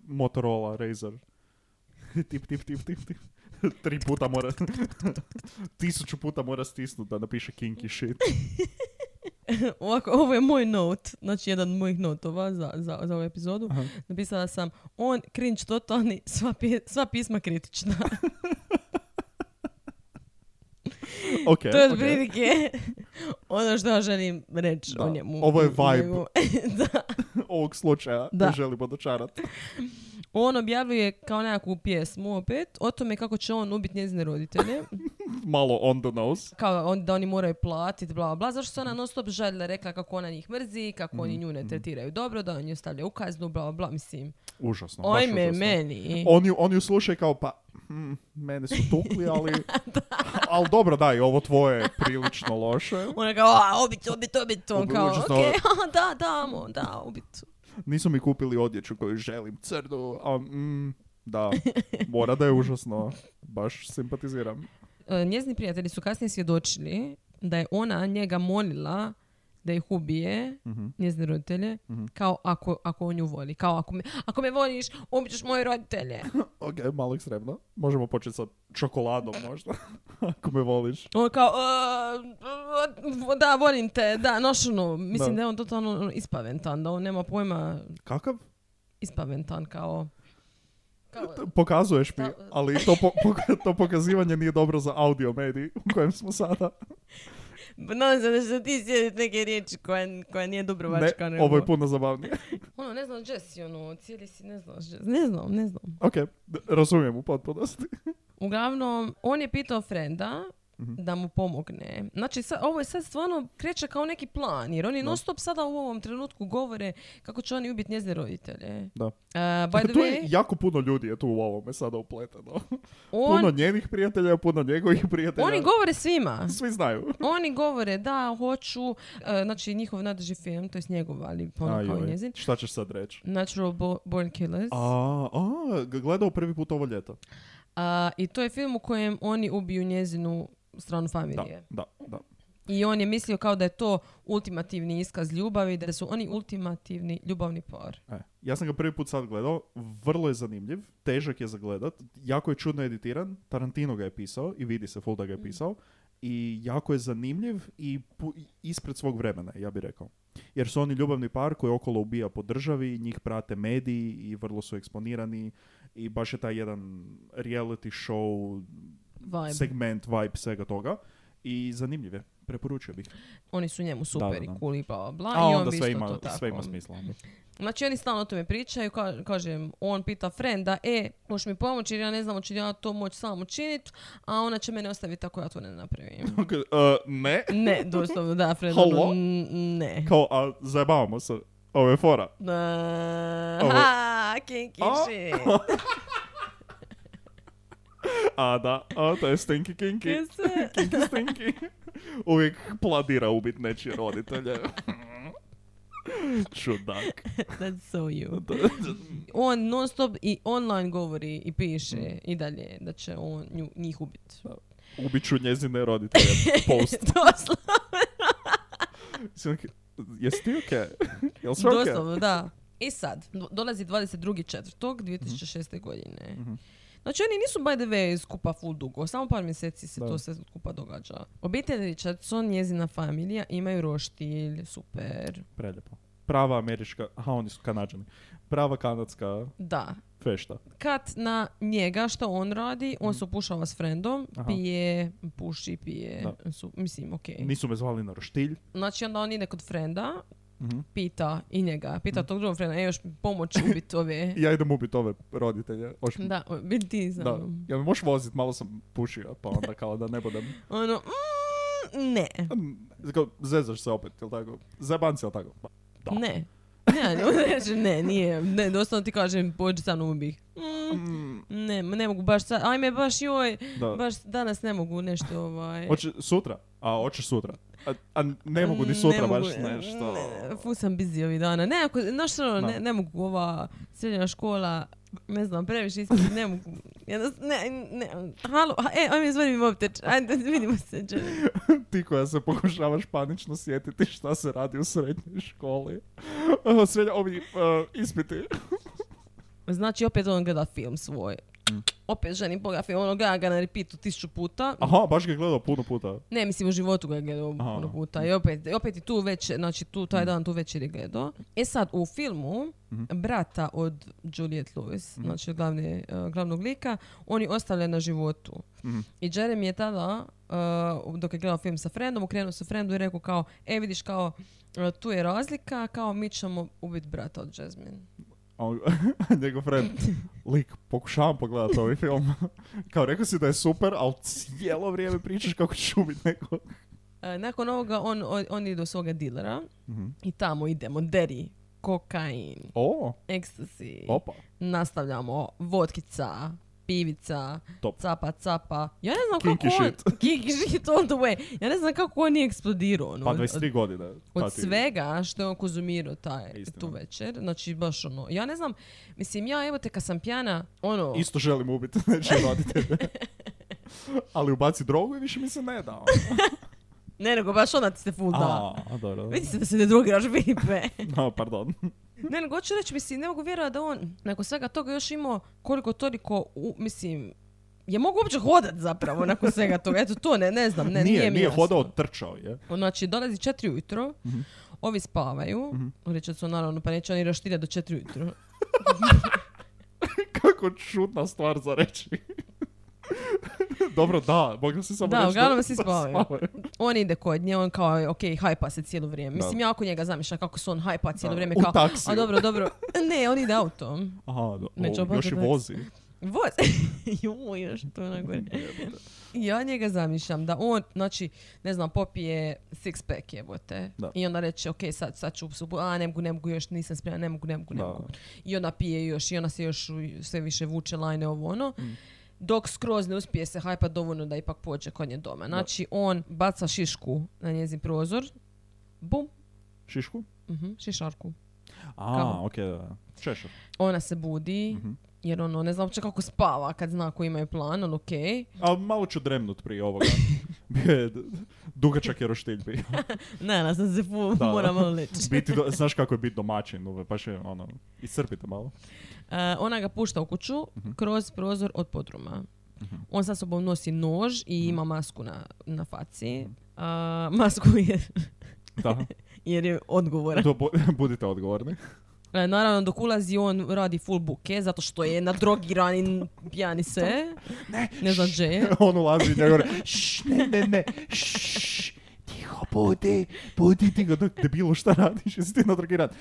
S4: Motorola Razr. tip, tip, tip, tip, tip. Tri puta mora, tisuću puta mora stisnut da napiše kinky shit.
S5: Ovako, ovo je moj note, znači jedan od mojih notova za, za, za ovu epizodu.
S4: Aha.
S5: Napisala sam, on cringe totalni, sva, pi- sva pisma kritična.
S4: Ok,
S5: to je
S4: ok.
S5: otprilike ono što ja želim reći
S4: Da.
S5: o njemu.
S4: Ovo je
S5: u
S4: vibe.
S5: njemu. da.
S4: Ovog slučaja
S5: Da.
S4: ne želimo dočarat.
S5: On objavljuje kao nekakvu pjesmu opet o tome kako će on ubiti njezine roditelje.
S4: Malo on the nose.
S5: kao on, da oni moraju platiti, bla, bla, bla. Zašto se ona non stop žalila, rekla kako ona njih mrzi, kako oni
S4: Mm,
S5: nju ne tretiraju dobro, da on nju stavlja u kaznu, bla, bla, bla, mislim.
S4: Užasno. baš
S5: Ojme,
S4: užasno.
S5: meni.
S4: On ju, on ju sluša i kao, pa, hm, mene su tukli, ali, ali dobro, daj, ovo tvoje je prilično loše.
S5: Ona kao, a, obit, obit, obit, on
S4: Ubi-
S5: kao,
S4: uđe
S5: okej, da, damo, da, obit.
S4: Nisu mi kupili odjeću koju želim, crnu, a, mm, da, mora da je užasno. Baš simpatiziram.
S5: E, Njezini prijatelji su kasnije svjedočili da je ona njega molila da ih ubije,
S4: Mhm.
S5: njezine roditelje, kao ako, ako on nju voli. Kao ako me, ako me voliš, ubit ćeš moje roditelje.
S4: Ok, malo ekstremno. Možemo početi sa čokoladom možda, ako me voliš.
S5: On kao, "E, da, volim te, da, nošno. Mislim
S4: Da.
S5: da. je on totalno ono, ispaventan, da on nema pojma
S4: Kakav?
S5: ispaventan kao... kao
S4: Pokazuješ mi,
S5: Da.
S4: ali to, po- po- to pokazivanje nije dobro za audio medij u kojem smo sada.
S5: Nadam se da će ti sjedit neke riječi koja, koja nije Dubrovačka.
S4: Ne, ovaj
S5: nego-
S4: ovo je puno zabavnije.
S5: Ono, ne znam Jesse, ono, cijeli si, ne znam Jesse. Ne znam, ne znam.
S4: Ok, d- razumijem u potpunosti.
S5: Uglavnom, on je pitao frenda
S4: Mhm.
S5: da mu pomogne. Znači, sa, ovo je sad stvarno kreće kao neki plan, jer oni non stop sada u ovom trenutku govore kako će oni ubiti njezine roditelje.
S4: Da.
S5: Uh, by the
S4: Dakle, tu je
S5: way,
S4: jako puno ljudi je tu u ovome sada upleteno.
S5: on,
S4: Puno njenih prijatelja, puno njegovih prijatelja.
S5: oni govore svima.
S4: Svi znaju.
S5: Oni govore da hoću, e, znači njihov nadrži film, to je njegov, ali ono kao i njezin.
S4: Šta ćeš sad reći?
S5: Natural Bo- Born Killers.
S4: A, a, g- gledao prvi put ovo ljeto.
S5: A, I to je film u kojem oni ubiju njezinu stranu
S4: Da,
S5: familije.
S4: da, da.
S5: I on je mislio kao da je to ultimativni iskaz ljubavi, da su oni ultimativni ljubavni par.
S4: E, Ja sam ga prvi put sad gledao, vrlo je zanimljiv, težak je za gledat, jako je čudno editiran, Tarantino ga je pisao i vidi se full da ga je pisao i jako je zanimljiv i pu- ispred svog vremena, ja bih rekao. Jer su oni ljubavni par koji okolo ubija po državi, njih prate mediji i vrlo su eksponirani i baš je taj jedan reality show
S5: Vibe.
S4: segment, vibe svega toga i zanimljiv je, preporučio bih.
S5: Oni su njemu super
S4: Da, da, da.
S5: i cool i bla, bla, bla.
S4: A
S5: I on
S4: onda
S5: bi
S4: sve
S5: isto
S4: ima,
S5: to tako. ono.
S4: sve ima smisla. ono. onda.
S5: Znači oni stalno o tome pričaju, ka- kažem, on pita frenda, e, možeš mi pomoći jer ja ne znam hoću li ja to moći sam učiniti, a ona će mene ostaviti ako ja to ne napravim.
S4: Ok, e, ne,
S5: Ne, doslovno, da, Fred,
S4: Halo?
S5: ono, n- ne.
S4: kao, a zajebavamo se, ovo je fora.
S5: Da,
S4: Ovo-
S5: ha, kinky
S4: A?
S5: shit.
S4: A da, a, to je stinky kinky.
S5: Jeste.
S4: Kinky stinky. Uvijek planira ubit nečije roditelje. Čudak.
S5: That's so you. On non stop i online govori i piše i dalje da će on nju, njih ubiti.
S4: Ubit ću njezine roditelje. Post.
S5: doslovno,
S4: Mislim, ok, Jesi ti okej? Jel sve okej?
S5: doslovno, da. I sad, do- dolazi 22.4.2006. godine. Znači oni nisu by the way skupa full dugo, samo par mjeseci se
S4: Da.
S5: to sve skupa događa. Obitelj Richardson, njezina familija, imaju roštilj, super.
S4: Preljepo. Prava američka, aha oni su kanadžani. Prava kanadska
S5: Da,
S4: fešta.
S5: kat na njega što on radi, on se opušava s frendom,
S4: Aha.
S5: pije, puši, pije, su, mislim, okej.
S4: Nisu me zvali na roštilj.
S5: Znači onda on ide kod frenda pita i njega, pita tog drugog frena, e, još mi pomoć ubit ove.
S4: Ja idem ubit ove roditelje. Hoš, da.
S5: da, biti ti za mnom.
S4: Ja me možeš vozit, malo sam pušio, pa onda kao da ne budem...
S5: Ono, "Mm, ne,
S4: Mm, kao, Zezaš se opet, jel tako? Zajeban si, jel tako? Pa, Da.
S5: ne. Ne, on reče, ne, nije, ne, doslovno ti kažem, pođi sa mnom ubih. Mm,
S4: mm,
S5: ne, ne mogu baš sad, ajme, baš joj,
S4: Da.
S5: baš danas ne mogu nešto ovaj...
S4: Hoće sutra? A, hoćeš sutra? A, a ne mogu ni sutra baš nešto.
S5: Mm, Ne, ful sam busy ovih dana. Ne, ako, znaš ono,
S4: Da.
S5: ne, ne mogu ova srednja škola, ne znam, previše ispit, ne mogu. Jednost, ne, ne, halo, a, e, ajme, zvoni mi mobiteč, ajde, vidimo se, Jerry.
S4: Ti koja se pokušavaš panično sjetiti šta se radi u srednjoj školi. Uh, Srednja, ovi uh, ispiti.
S5: Znači, opet on gleda film svoj.
S4: Mm.
S5: Opet ženi Boga film, ono gleda ga na repeatu tisuću puta.
S4: Aha, baš ga je gledao puno puta.
S5: Ne, mislim, u životu ga je gledao
S4: Aha. Mhm.
S5: puno puta. I opet, i opet i tu večer, znači tu, taj dan tu večer je gledao. E sad, u filmu, brata od Juliet Lewis,
S4: Mhm.
S5: znači od glavne, eh, glavnog lika, on je ostavljen na životu.
S4: Mhm.
S5: I Jeremy je tada, eh, dok je gledao film sa Frendom, okrenuo se Frendu i rekao kao, e vidiš kao, eh, tu je razlika, kao mi ćemo ubiti brata od Jasmine.
S4: A on- njegov friend, lik, pokušavam pogledati ovaj film. Kao rekao si da je super, ali cijelo vrijeme pričaš kako ćeš ubit nekog.
S5: E, nakon ovoga on, on, on ide do svoga dilera
S4: Mhm.
S5: i tamo idemo, deri, kokain,
S4: O,
S5: ecstasy,
S4: opa.
S5: nastavljamo, vodkica, pivica,
S4: Top.
S5: capa, capa. Ja ne znam
S4: Kinky
S5: kako on... Kinky shit all the way. Ja ne znam kako on nije eksplodirao. Ono,
S4: Pa
S5: od-
S4: 23 godine.
S5: od,
S4: ta
S5: od
S4: ti-
S5: svega što je on konzumirao taj,
S4: Istina.
S5: tu večer. Znači, baš ono... Ja ne znam... Mislim, ja evo te kad sam pjana, ono...
S4: Isto želim ubiti nečije roditelje. Ali ubaci drogu i više mi se ne da. ono.
S5: Ne, nego baš ona ti se full da.
S4: A, dobro.
S5: Vidi se da se ne drogiraš, Filipe.
S4: No, pardon.
S5: Ne, nego hoću reći, mislim, ne mogu vjerovati da on nakon svega toga još imao koliko toliko, u, mislim, je mogu uopće hodat zapravo nakon svega toga. Eto to, ne, ne znam, ne,
S4: nije,
S5: mi
S4: nije
S5: jasno.
S4: hodao, trčao je.
S5: Znači, dolazi četiri ujutro,
S4: Mhm.
S5: ovi spavaju, reče su naravno, pa neće oni roštilja do četiri ujutro.
S4: Kako čudna stvar za reći. dobro, da, mogla si samo
S5: Da,
S4: reći
S5: uglavnom svi
S4: da
S5: spavaju. On ide kod nje, on kao, ok, hajpa se cijelo vrijeme. Mislim, ja oko njega zamišljam kako se on hajpa cijelo
S4: Da,
S5: vrijeme.
S4: u
S5: Kao,
S4: taksiju.
S5: A dobro, dobro. Ne, on ide autom.
S4: Aha, do,
S5: Među
S4: o, još i
S5: obadva
S4: vozi.
S5: Voz. Joj, još to ono gore. Ja njega zamišljam da on, znači, ne znam, popije six pack jebote.
S4: Da.
S5: I onda reče, ok, sad, sad ću subu, a ne mogu, ne mogu, još nisam spreman, ne mogu, ne mogu, ne
S4: Da.
S5: mogu. I onda pije još, i ona se još u- sve više vuče lajne ovo ono.
S4: Mm.
S5: Dok skroz ne uspije se hajpa dovoljno da ipak pođe kod nje doma. Znači, on baca šišku na njezin prozor, bum,
S4: Šišku?
S5: mhm, šišarku.
S4: A,
S5: Kako?
S4: okej, da. Češer.
S5: Ona se budi,
S4: Mhm.
S5: jer ono, ne znam uopće kako spava kad zna koji imaju plan, on okej.
S4: A malo ću dremnut prije ovoga. Bio je, dugačak je roštilj bio.
S5: Ne, ne, sam se fu,
S4: Da.
S5: moram malo leći.
S4: Biti do- znaš kako je biti domaćin, ove, baš je ono, iscrpite malo.
S5: E, ona ga pušta u kuću kroz prozor od podruma. On sa sobom nosi nož i ima masku na, na faci. A, masku jer,
S4: Da,
S5: jer je odgovoran.
S4: to bu- budite odgovorni.
S5: E, naravno, dok ulazi on radi full buke, zato što je nadrogiran i pijani sve. Ne, znam gdje je.
S4: On ulazi i njega gore, "Šš, ne, ne, ne, šš, tiho, budi, budi, tiho, dok debilo šta radiš, jesi ti na drugi rad.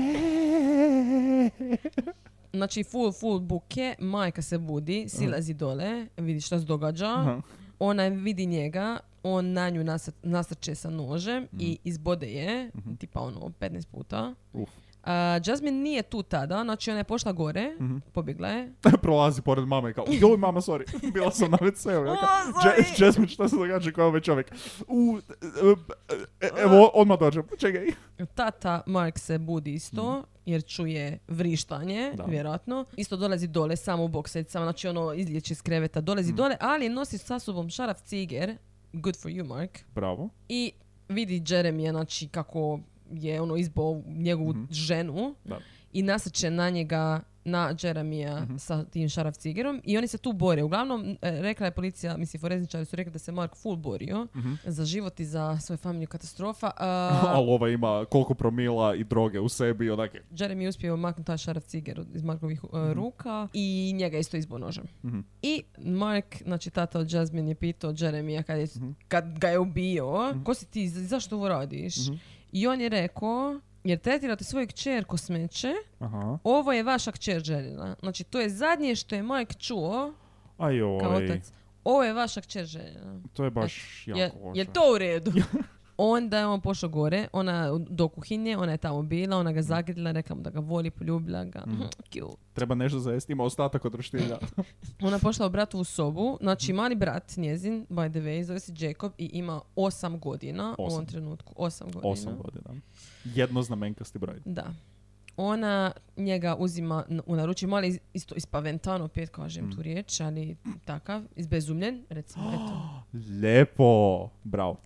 S4: Ne.
S5: Znači, full, full buke, majka se budi, silazi dole, vidi šta se događa.
S4: Aha.
S5: Ona vidi njega, on na nju nasr- nasrče sa nožem i izbode je, tipa ono, 15 puta.
S4: Mhm. Uf.
S5: A, Jasmine nije tu tada, znači ona je pošla gore,
S4: Mhm.
S5: pobjegla je.
S4: Prolazi pored mame i kao, joj mama, sorry, bila sam na WC-u. Ja kao, "Je- Jasmine, šta se događa, kao ovaj čovjek? U, e, e, evo, odmah dođem, čekaj.
S5: Tata Mark se budi isto, jer čuje vrištanje,
S4: Mhm. Da.
S5: vjerojatno. Isto dolazi dole, samo u boksecama, znači ono izlječi iz kreveta,
S4: Mhm.
S5: dolazi dole, ali nosi sa sobom šaraf ciger, good for you Mark,
S4: Bravo.
S5: i vidi Jeremija, znači kako je ono izbo njegovu ženu
S4: Da.
S5: i nasrće na njega na Jeremija sa tim šaraf cigerom i oni se tu bore. Uglavnom, e, rekla je policija, mislim, forezničari su rekli da se Mark full borio za život i za svoju familiju katastrofa. A,
S4: Ali ova ima koliko promila i droge u sebi i onak je.
S5: Jeremy je uspio maknuti taj šaraf ciger od- iz Markovih uh, ruka i njega isto izbo nožem. I Mark, znači tata od Jasmine je pitao Jeremija kad, je, kad ga je ubio, ko si ti, za- zašto ovo radiš? I on je rekao, jer tretirate svoju kćer ko smeće,
S4: Aha.
S5: ovo je vaša kćer željela. Znači, to je zadnje što je Mike čuo kao
S4: Ajoj,
S5: otac. Ovo je vaša kćer željela.
S4: to je baš jako
S5: Je,
S4: loše.
S5: je to u redu? Onda je on pošao gore, ona do kuhinje, ona je tamo bila, ona
S4: Mhm.
S5: ga zagrlila, rekla mu da ga voli, poljubila ga. Mhm, Cute.
S4: Treba nešto za jesti, ima ostatak od roštilja.
S5: Ona je pošla u bratovu sobu,
S4: Mhm.
S5: znači mali brat njezin, by the way, zove se Jacob i ima 8 godina u
S4: Osam.
S5: ovom trenutku. 8 godina.
S4: Osam godina. Jednoznamenkasti broj.
S5: Da. Ona njega uzima n- u naručje, mali iz- isto ispaventano, opet kažem
S4: Mhm.
S5: tu riječ, ali takav, izbezumljen, recimo, eto,
S4: Lijepo! Bravo,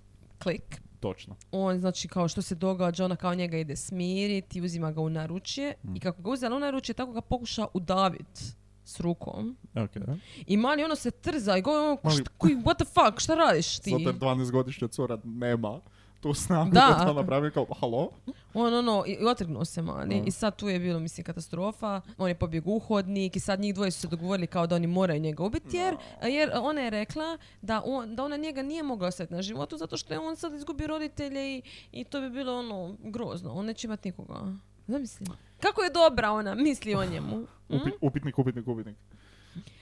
S5: klik.
S4: točno.
S5: On, znači, kao što se događa, ona kao njega ide smiriti, uzima ga u naručje i kako ga uzela u naručje, tako ga pokuša udavit s rukom.
S4: Okay.
S5: I mali ono se trza i govori ono,
S4: Mali-
S5: "Šta- koji- what the fuck, šta radiš ti?
S4: Zato jer 12-godišnja cura nema tu snagu
S5: Da.
S4: da, to napravi kao, halo?
S5: On ono, i, i otrgnuo se mali.
S4: Mhm.
S5: I sad tu je bilo, mislim, katastrofa. On je pobjeg u hodnik i sad njih dvoje su se dogovorili kao da oni moraju njega ubiti jer, jer ona je rekla da, on, da ona njega nije mogla ostaviti na životu zato što je on sad izgubio roditelje i, i to bi bilo ono grozno. On neće imati nikoga. Zamisli. Kako je dobra ona, misli o njemu. hm?
S4: Upi, upitnik, upitnik, upitnik.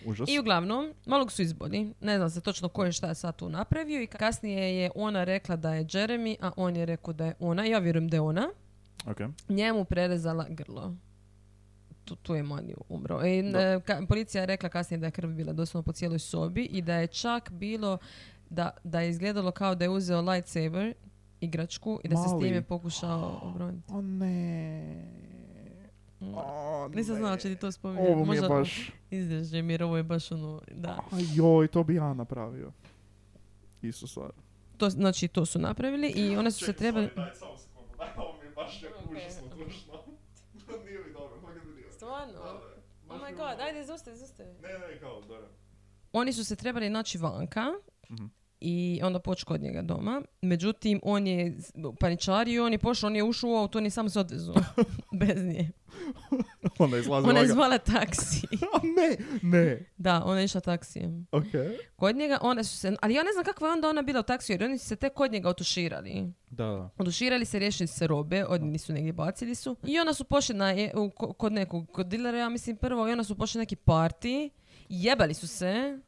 S4: Užas.
S5: I uglavnom, malog su izboli. Ne zna se točno ko je šta je sad tu napravio i kasnije je ona rekla da je Jeremy, a on je rekao da je ona. Ja vjerujem da je ona.
S4: Ok.
S5: njemu prerezala grlo. Tu, tu je Mani umro. I,
S4: Da.
S5: e, ka- policija je rekla kasnije da je krv bila doslovno po cijeloj sobi i da je čak bilo da, da je izgledalo kao da je uzeo lightsaber igračku i da se s
S4: Mali.
S5: time pokušao obroniti.
S4: O ne. O,
S5: Nisam
S4: ne.
S5: znala će ti to spominjati.
S4: Ovo mi je baš...
S5: izdržim jer ovo je baš ono, da.
S4: Ajoj, to bi ja napravio. Isto stvar.
S5: To, znači to su napravili i one su se trebali...
S4: Ovo mi je baš jako
S5: Ok. užasno
S4: tužno. Nije mi dobro, fakat mi nije.
S5: Stvarno? Oh my god, ajde, zostavi, zostavi.
S4: Ne, ne, kao, dobro.
S5: Oni su se trebali naći vanka
S4: Mhm.
S5: i onda poći kod njega doma. Međutim, on je z- paničario, on je pošao, on je ušao u auto, on je sam se odvezao. Bez nje.
S4: Onda izlazi
S5: Ona je
S4: vaga.
S5: zvala taksi.
S4: A ne, ne.
S5: Da, ona je išla taksijem.
S4: Ok.
S5: Kod njega, onda su se... Ali ja ne znam kakva je onda ona bila u taksiju, jer oni su se tek kod njega otuširali.
S4: Da, da.
S5: Oduširali se, riješili se robe, odnijeli su negdje, bacili su. I onda su pošli na, je- u- ko- kod nekog, kod dilera, ja mislim prvo, i onda su pošli na neki parti, jebali su se.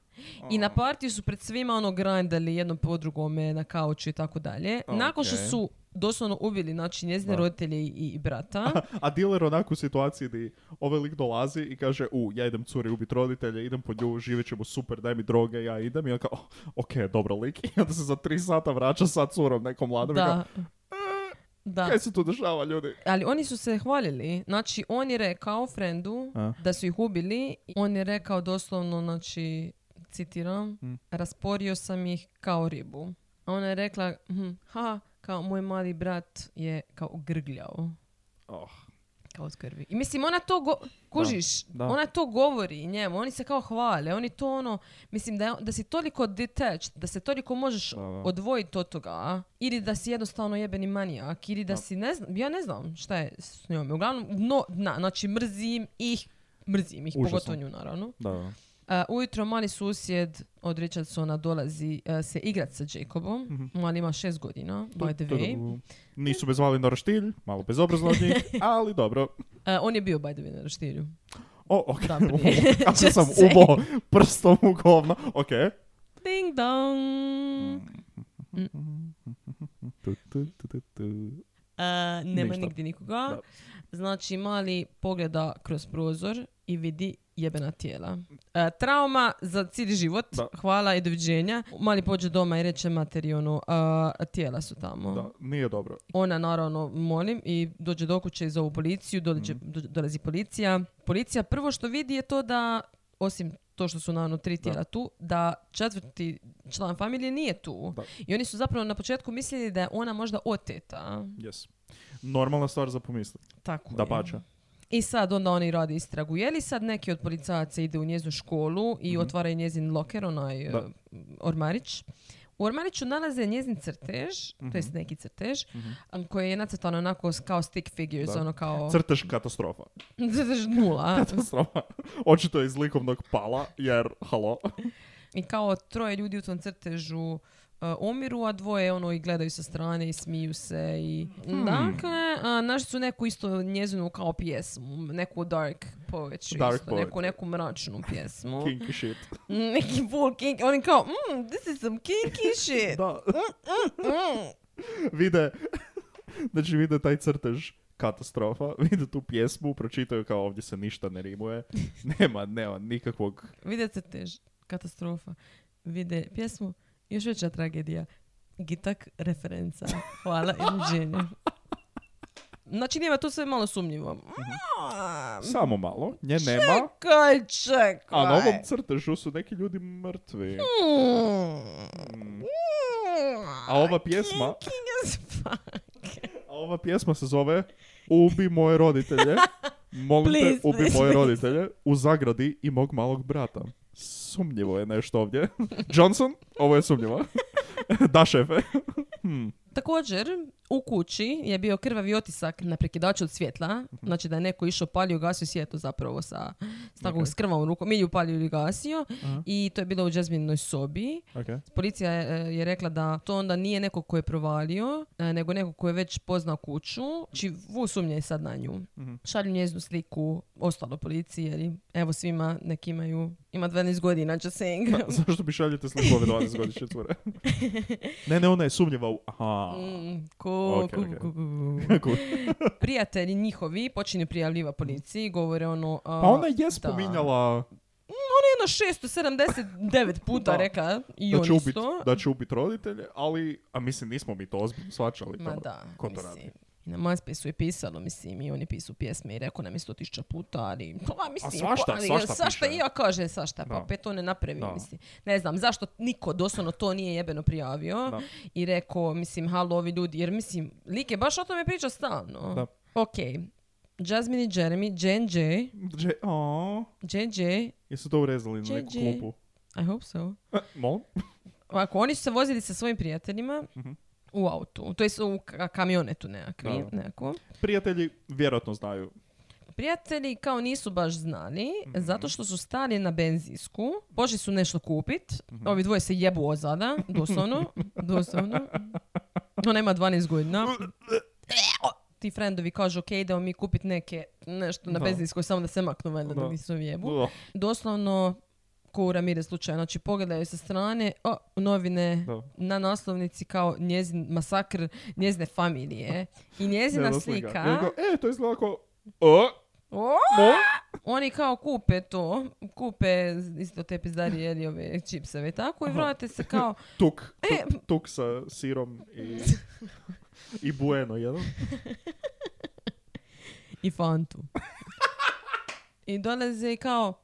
S5: I na partiju su pred svima ono grindali jedno po drugome na kauču i tako dalje. Nakon što
S4: Okej.
S5: su doslovno ubili znači njezine
S4: Da.
S5: roditelje i, i brata.
S4: A dealer onako u situaciji di ovaj lik dolazi i kaže, u, ja idem curi ubit roditelje, idem po nju, živjet ćemo super, daj mi droge, ja idem. I on kao, "Oh, ok, dobro lik. I onda se za tri sata vraća sa curom nekom mladom i kao,
S5: da. Da.
S4: kaj se tu dešava, ljudi?
S5: Ali oni su se hvalili. Znači, on je rekao frendu
S4: A.
S5: da su ih ubili. On je rekao doslovno, znači, citiram, rasporio sam ih kao ribu. A ona je rekla, hm, ha, kao moj mali brat je kao grgljao.
S4: Oh.
S5: Kao od krvi. I mislim, ona to, go- kužiš,
S4: da.
S5: ona to govori njemu, oni se kao hvale, oni to ono, mislim da, je- da si toliko detached, da se toliko možeš
S4: Da, da.
S5: odvojiti od toga, ili da si jednostavno jebeni manijak, ili da,
S4: Da.
S5: si, ne znam, ja ne znam šta je s njom, uglavnom, no, na, znači mrzim ih, mrzim ih,
S4: Užasno.
S5: pogotovo nju naravno.
S4: Da, da.
S5: A, ujutro mali susjed od Richardsona dolazi e, se igrat sa Jacobom,
S4: Mhm.
S5: mali ima šest godina, by the way.
S4: Nisu me zvali na roštilj, malo bezobrazno od njih, ali dobro.
S5: E, on je bio by the way na roštilju.
S4: O, ok.
S5: Da, prije.
S4: Kako
S5: Just
S4: sam
S5: saying.
S4: ubo prstom u govno. Ok.
S5: Ding
S4: Mhm.
S5: dong!
S4: Tu, tu, tu, tu, tu.
S5: E, nema
S4: Ništa.
S5: nigdje nikoga. Znači, mali pogleda kroz prozor i vidi jebena tijela. E, trauma za cijeli život.
S4: Da.
S5: Hvala i doviđenja. Mali pođe doma i reče materi ono, "A, tijela su tamo.
S4: Da, nije dobro.
S5: Ona naravno molim i dođe do kuće i zovu policiju, dođe,
S4: Mhm.
S5: do- dolazi policija. Policija prvo što vidi je to da, osim to što su naravno tri tijela tu, da četvrti član familije nije tu.
S4: Da.
S5: I oni su zapravo na početku mislili da je ona možda oteta.
S4: Yes. Normalna stvar za pomisliti.
S5: Tako
S4: Da
S5: je.
S4: pače.
S5: I sad onda oni radi istragu. Je li sad neki od policajaca ide u njezinu školu i otvara i njezin loker, onaj
S4: Mhm. Da.
S5: e, ormarić. U ormariću nalaze njezin crtež, to
S4: Mhm.
S5: jest neki crtež, a, koji je nacrtan onako s- kao stick figures,
S4: Da.
S5: ono kao...
S4: Crtež katastrofa.
S5: Crtež nula.
S4: Katastrofa. Očito je iz likovnog pala, jer, halo.
S5: I kao troje ljudi u tom crtežu e, e, umiru, a dvoje ono i gledaju sa strane i smiju se i...
S4: Hmm.
S5: Dakle, a, našli su neku isto njezinu kao pjesmu, neku dark poetry,
S4: Dark
S5: isto, neku,
S4: poetry.
S5: neku mračnu pjesmu.
S4: Kinky shit.
S5: Mm, Neki full kinky, oni kao, mm, this is some kinky shit.
S4: Da,
S5: Mm.
S4: vide, znači vide taj crtež katastrofa, vide tu pjesmu, pročitaju kao ovdje se ništa ne rimuje, nema, nema nikakvog,
S5: Vide se tež, katastrofa. Vide pjesmu, još veća tragedija. Gitak tak referenca. Hvala i No, doviđenja. Znači njima to sve malo sumnjivo. Ma,
S4: samo malo, nje nema,
S5: Čekaj, čekaj.
S4: a no, na ovom crtežu su neki ljudi mrtvi. Mm. A ova pjesma,
S5: King as fuck.
S4: a ova pjesma se zove Ubi moje roditelje, molim
S5: Please,
S4: te, ubi
S5: please,
S4: moje
S5: please.
S4: roditelje, u zagradi i mog malog brata. Sumnjivo je nešto ovdje. Johnson, ovo je sumnjivo. da, šefe.
S5: Također, u kući je bio krvavi otisak na prekidaču od svjetla.
S4: Mhm.
S5: Znači da je neko išao palio, gasio svijetu zapravo sa, s takvom s krvavom rukom. Ili ju palio ili gasio. I to je bilo u džazminoj sobi.
S4: Okay.
S5: Policija e, je, je rekla da to onda nije neko ko je provalio, e, nego neko ko je već poznao kuću, či vu sumnje je sad na nju.
S4: Mhm.
S5: Šalju njezinu sliku ostalo policiji, jer i evo svima nek imaju, ima 12 godina, just saying.
S4: Zašto mi šaljete sliku ove 12 godišnje cure? ne, ne, ona je sumnjiva u... Aha.
S5: Mm, ko,
S4: Ok,
S5: ku,
S4: ok.
S5: ku, ku, ku.
S4: Cool.
S5: Prijatelji njihovi počinju prijavljiva policiji, govore ono... a,
S4: Mm. Pa ona je
S5: da.
S4: spominjala
S5: Ona je jedno 679 puta
S4: Da.
S5: rekla i
S4: da
S5: on
S4: će, ubit,
S5: isto.
S4: da će ubit roditelje, ali... A mislim, nismo mi to ozbiljno svačali.
S5: Ma
S4: to.
S5: da,
S4: Ko to
S5: mislim.
S4: radi?
S5: I na MySpace-u je pisalo, mislim, i oni pisu pjesme i rekao nam je sto tisuća puta, ali... Pa, mislim,
S4: svašta,
S5: ali,
S4: svašta
S5: svašta
S4: piše.
S5: i ja kažem svašta, pa
S4: Da.
S5: opet to ne napravi,
S4: Da.
S5: mislim. Ne znam, zašto niko doslovno to nije jebeno prijavio
S4: Da.
S5: i rekao, mislim, halo, ovi ljudi, jer mislim, like baš o tome priča stalno.
S4: Da.
S5: Ok, Jasmine i Jeremy, Jen J,
S4: Dže, aaa,
S5: Jen J,
S4: jesu to urezali na neku
S5: Dže, dže.
S4: klupu?
S5: I hope so.
S4: E, molim?
S5: Ovako, oni su se vozili sa svojim prijateljima
S4: Mhm.
S5: u autu, to jest u ka- kamionetu nekakvi,
S4: Da.
S5: nekako.
S4: Prijatelji vjerojatno znaju.
S5: Prijatelji kao nisu baš znali,
S4: Mhm.
S5: zato što su stali na benzinsku, pošli su nešto kupit,
S4: Mhm.
S5: ovi dvoje se jebu ozada, doslovno, doslovno. Ona ima 12 godina. Ti frendovi kažu, ok, idemo mi kupit neke, nešto na
S4: Da.
S5: benzinskoj, samo da se maknu valjda da
S4: Da.
S5: nisu jebu.
S4: Da,
S5: Doslovno, ko u Ramirez slučaju, znači pogledaju sa strane, o, novine,
S4: da.
S5: na naslovnici kao njezin masakr njezine familije i njezina
S4: Jedna
S5: slika.
S4: Ja go, e, to izgleda kao... O,
S5: O,
S4: o,
S5: oni kao kupe to, kupe isto te pizdarije ili ove čipseve i tako i vrate se kao,
S4: tuk, tuk,
S5: E.
S4: tuk sa sirom i, i bueno, jel?
S5: i fantu. I dolaze i kao,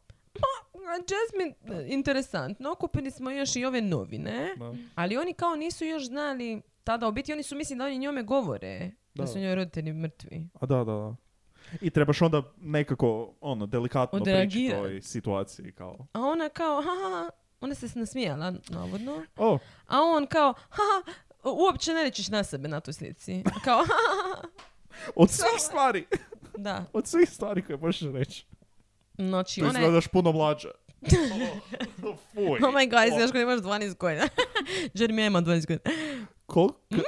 S5: "Ma, Jasmine, interesantno, kupili smo još i ove novine,
S4: Da.
S5: ali oni kao nisu još znali tada, u biti oni su mislili da oni njome govore, da,
S4: Da.
S5: su njoj roditelji mrtvi.
S4: A da, da, da. I trebaš onda nekako, ono, delikatno prići
S5: Odreagirat.
S4: toj situaciji, kao...
S5: A ona kao, haha, ona se nasmijala, navodno.
S4: O,
S5: A on kao, haha, uopće ne rećiš na sebe na toj slici. Kao, haha,
S4: od svih stvari,
S5: da.
S4: od svih stvari koje možeš reći.
S5: Znači,
S4: Tu
S5: ona je,
S4: izgledaš puno mlađe. O, fuj.
S5: oh my god,
S4: O,
S5: još kad imaš 12 godina. Jeremy ima 12 godina.
S4: kol-
S5: Hmm?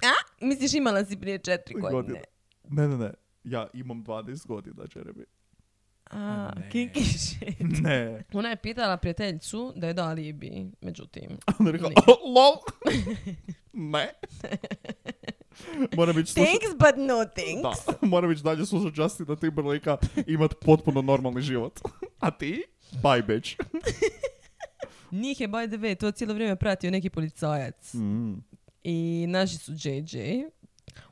S4: k-
S5: Misliš, imala si prije 4 godine.
S4: Godine. Ne, ne, ne. Ja imam 12 godina, Jeremy.
S5: A,
S4: Ne.
S5: kinky shit.
S4: Ne.
S5: Ona je pitala prijateljicu da je da alibi, međutim.
S4: Onda je rekao,
S5: Ne.
S4: lol. ne. Moram ići slušati.
S5: Thanks, but no thanks.
S4: Da, moram ići dalje slušati Justina Timberlakea imat potpuno normalni život. A ti? Bye, bitch.
S5: Njih je, by the way, to cijelo vrijeme pratio neki policajac. I naši su JJ.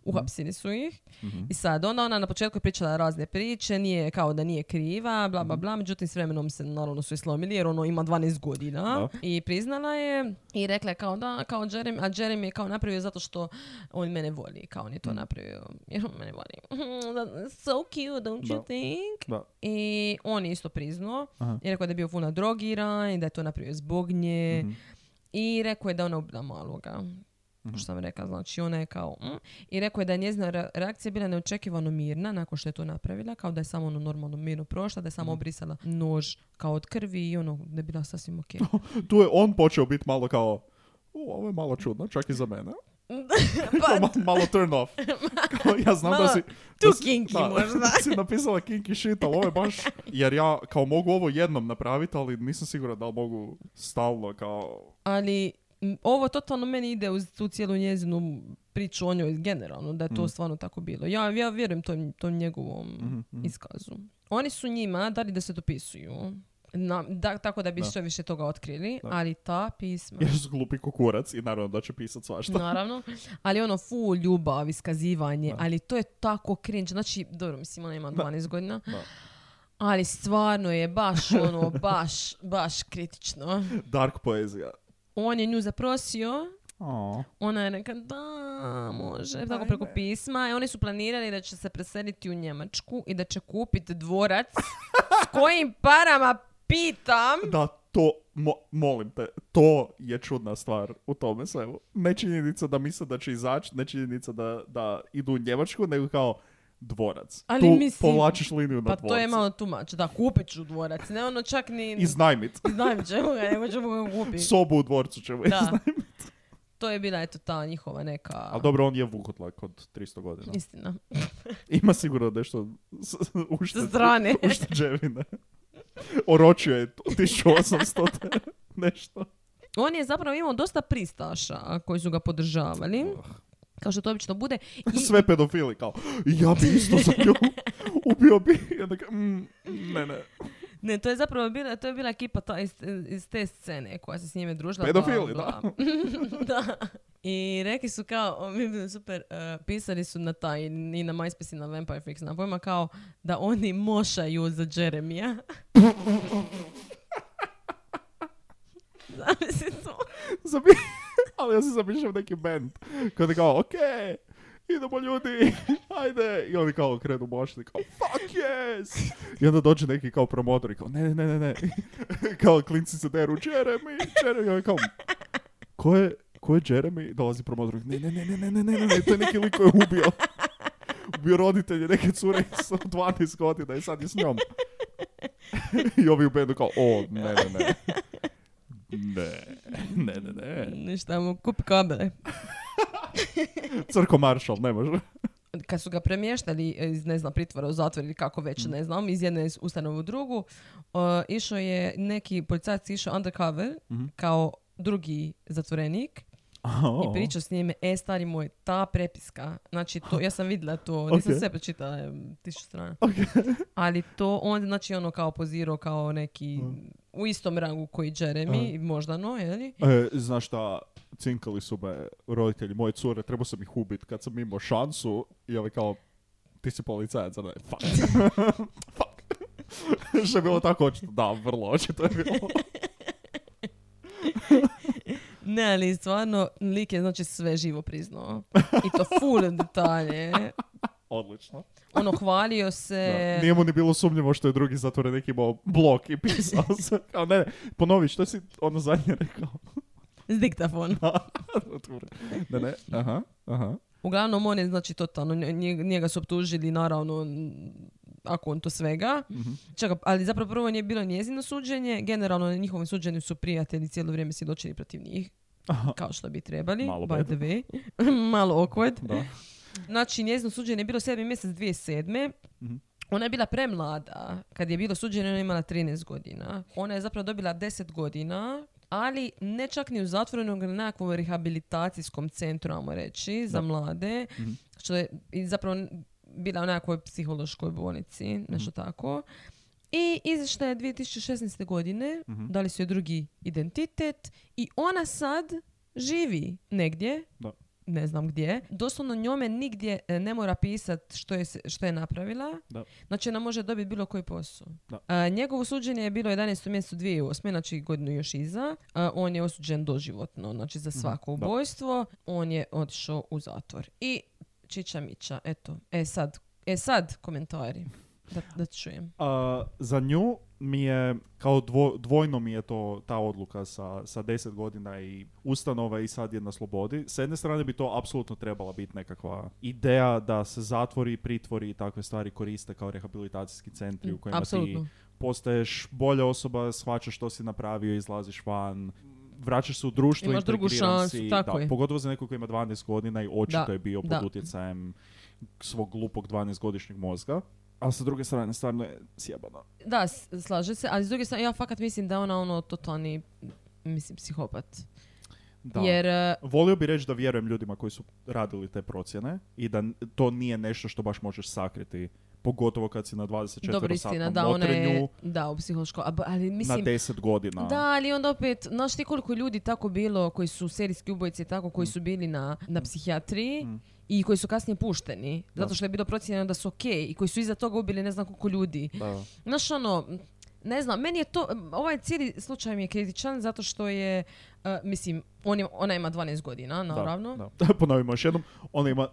S5: Uhapsili su ih. I sad, onda ona na početku je pričala razne priče, nije kao da nije kriva, bla, bla, bla. Međutim, s vremenom se naravno su je slomili jer ono ima 12 godina.
S4: Da.
S5: I priznala je i rekla je kao da, kao Jeremy, a Jeremy je kao napravio zato što on mene voli, kao on je
S4: Mm.
S5: to napravio jer on mene voli. That's so cute, don't you
S4: Da.
S5: think?
S4: Da.
S5: I on je isto priznao.
S4: Aha.
S5: I rekao je da je bio puno drogiran i da je to napravio zbog nje.
S4: Mhm.
S5: I rekao je da ona ubila maloga.
S4: Mhm.
S5: Što sam rekla, znači ona je kao... "Mm." I rekao je da je njezina re- reakcija bila neočekivano mirna nakon što je to napravila, kao da je samo ono normalno mirno prošla, da je
S4: Mhm.
S5: samo obrisala nož kao od krvi i ono, da je bila sasvim okej.
S4: Tu je on počeo biti malo kao, u, ovo je malo čudno, čak i za mene. Kao
S5: Pa,
S4: ma- malo turn off. Kao, ja znam da
S5: Malo
S4: si...
S5: too
S4: da si-
S5: kinky
S4: da,
S5: možda.
S4: da si napisala kinky shit, ali ovo je baš... Jer ja kao mogu ovo jednom napraviti, ali nisam siguran da li mogu stalno kao...
S5: ali m, ovo totalno meni ide uz tu cijelu njezinu priču o njoj generalno, da je
S4: Mhm.
S5: to stvarno tako bilo. Ja, ja vjerujem tom, tom njegovom
S4: mhm.
S5: iskazu. Oni su njima dali da se dopisuju. Na, da, tako da bi što više toga otkrili, ali ta pisma...
S4: Jer su glupi kukurac i naravno da će pisat svašta.
S5: Naravno. Ali ono, full ljubav, iskazivanje, ali to je tako cringe. Znači, dobro, mislim, ona ima 12 godina.
S4: Da.
S5: Ali stvarno je baš ono, baš, baš kritično.
S4: Dark poezija.
S5: On je nju zaprosio,
S4: Aw.
S5: ona je rekla da, može, tako preko pisma. I oni su planirali da će se preseliti u Njemačku i da će kupiti dvorac s kojim parama pitam.
S4: Da, to, mo- molim te, to je čudna stvar u tome svemu. Ne činjenica da misle da će izaći, ne činjenica da, da idu u Njemačku, nego kao dvorac.
S5: Ali
S4: tu
S5: mislim-
S4: povlačiš liniju na
S5: Pa
S4: dvorcu.
S5: to je malo tumač. Da, kupit ću dvorac. Ne ono čak ni...
S4: Iznajmit.
S5: Znam ćemo ga, nego ćemo ga kupiti.
S4: Sobu u dvorcu ćemo
S5: Da.
S4: iznajmit.
S5: To je bila eto ta njihova neka
S4: Ali dobro, on je vukotlak od 300 godina.
S5: istina.
S4: Ima sigurno nešto s- s-
S5: Sa
S4: ušte,
S5: strane.
S4: ušteđevine. Oročio je to 1800 nešto.
S5: On je zapravo imao dosta pristaša koji su ga podržavali. Kao što to obično bude. I
S4: Sve pedofili kao, ja bi isto za nju ubio bi. Ja da ka- mm, ne, ne.
S5: Ne, to je zapravo bila, to je bila ekipa ta iz, iz te scene koja se s njime družila.
S4: Pedofili,
S5: bla, bla. da. I rekli su kao, o, mi je bilo super, e, pisali su na taj, i na MySpace i na Vampire Freaks, na pojma kao da oni mošaju za Jeremija. Zamisli to.
S4: Zami- Ali ja se zamišljam neki band. Kada kao, okej, idemo ljudi, ajde. I oni kao krenu mošni, kao, fuck yes. I onda dođe neki kao promotor i kao, ne, ne, ne, ne, ne. kao klinci se deru, Jeremy, Jeremy. I oni kao, ko je, ko je Jeremy? Dolazi promotor, ne, ne, ne, ne, ne, ne, ne, ne, ne, to je neki lik koji je ubio. Ubio roditelje neke cure sa 12 godina i sad je s njom. I ovi u bendu kao, o, ne, ne, ne. Ne, ne, ne, ne.
S5: Ništa, mu kupi kabele.
S4: Crko Marshall, ne može.
S5: kad su ga premještali e, iz, ne znam, pritvora u zatvor ili kako već, ne znam, iz jedne ustanove u drugu, uh, išao je neki policajac je išao undercover kao drugi zatvorenik i pričao s njime, e stari moj, ta prepiska, znači to, ja sam vidjela to, nisam
S4: Ok.
S5: sve pročitala, em, tisuću strana, ali to, on znači ono kao pozirao kao neki u istom rangu koji Jeremy, možda no, je li?
S4: E, znaš šta, cinkali su me roditelji moje cure, trebao sam ih ubit kad sam imao šansu i ovi kao, ti si policajac, a ne, fuck. fuck. Što je bilo tako očito, da, vrlo očito je bilo.
S5: Ne, ali stvarno, lik je znači sve živo priznao. I to full detalje.
S4: Odlično.
S5: ono hvalio se.
S4: Da. Nije mu ni bilo sumnjivo što je drugi zatvorenik imao blok i pisao se. Kao, ne, ne, ponovi, što si ono zadnje rekao?
S5: S diktafon.
S4: ne, ne, aha, aha.
S5: Uglavnom, on je znači totalno, nje- njega su optužili naravno n- ako on to svega.
S4: Mhm.
S5: Čekaj, ali zapravo prvo nije bilo njezino suđenje, generalno na njihovom suđenju su prijatelji cijelo vrijeme svjedočili protiv njih. Kao što bi trebali,
S4: Malo
S5: by the
S4: bedno.
S5: way. Malo awkward.
S4: Da.
S5: Znači, njezino suđenje je bilo 7. mjesec 2007. Ona je bila premlada. Kad je bilo suđenje, ona je imala 13 godina. Ona je zapravo dobila 10 godina, ali ne čak ni u zatvoru, nego na nekakvom rehabilitacijskom centru, ajmo reći, za mlade. Što je i zapravo n- bila u nekakvoj psihološkoj bolnici, nešto tako. I izašla je 2016. godine, dali su joj drugi identitet i ona sad živi negdje,
S4: Da.
S5: ne znam gdje. Doslovno njome nigdje e, ne mora pisat što je, se- što je napravila.
S4: Da.
S5: Znači ona može dobiti bilo koji posao.
S4: Da.
S5: A, njegovo suđenje je bilo 11. mjesecu 2008. Znači godinu još iza. A, on je osuđen doživotno, znači
S4: Mhm.
S5: za svako ubojstvo. On je otišao u zatvor. I Čiča Mića, eto. E sad, e sad komentari. Da, da čujem.
S4: A, za nju mi je, kao dvo- dvojno mi je to ta odluka sa, sa 10 godina i ustanova i sad je na slobodi. S jedne strane bi to apsolutno trebala biti nekakva ideja da se zatvori, pritvori i takve stvari koriste kao rehabilitacijski centri u kojima
S5: Mm, Apsolutno.
S4: ti postaješ bolja osoba, shvaćaš što si napravio, izlaziš van, vraćaš se u društvo,
S5: Imaš drugu
S4: integriran
S5: šansu,
S4: si,
S5: tako
S4: da,
S5: je.
S4: pogotovo za nekog koji ima 12 godina i očito
S5: Da,
S4: je bio
S5: da.
S4: pod utjecajem svog glupog 12-godišnjeg mozga. A sa druge strane, stvarno je sjebano.
S5: Da, s- slaže se, ali s druge strane, ja fakat mislim da je ona ono totalni, mislim, psihopat.
S4: Da.
S5: Jer, e,
S4: Volio bi reći da vjerujem ljudima koji su radili te procjene i da n- to nije nešto što baš možeš sakriti, pogotovo kad si na 24
S5: dobra istina,
S4: satnom
S5: da ona je,
S4: motrenju
S5: da, u psihološko, a b- ali mislim,
S4: na 10 godina.
S5: Da, ali onda opet, znaš ti koliko ljudi tako bilo koji su serijski ubojice i tako,
S4: Mm.
S5: koji su bili na, na psihijatriji i koji su kasnije pušteni, zato što je bilo procijenjeno da su okej i koji su iza toga ubili ne znam koliko ljudi.
S4: Da.
S5: Znaš ono, ne znam, meni je to, ovaj cijeli slučaj mi je kritičan zato što je, e, mislim, on je- ona ima 12 godina, naravno.
S4: Da, da. Ponovimo još jednom, ona ima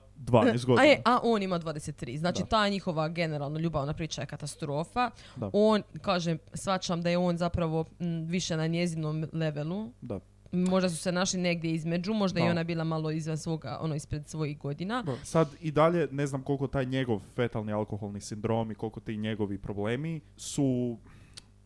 S4: 12
S5: A,
S4: godina.
S5: je, a on ima 23. Znači,
S4: Da.
S5: ta njihova generalno ljubavna priča je katastrofa.
S4: Da.
S5: On, kažem, svačam da je on zapravo m, više na njezinom levelu.
S4: Da.
S5: Možda su se našli negdje između, možda je
S4: Da.
S5: ona bila malo izvan svoga, ono, ispred svojih godina.
S4: Da. Sad i dalje ne znam koliko taj njegov fetalni alkoholni sindrom i koliko ti njegovi problemi su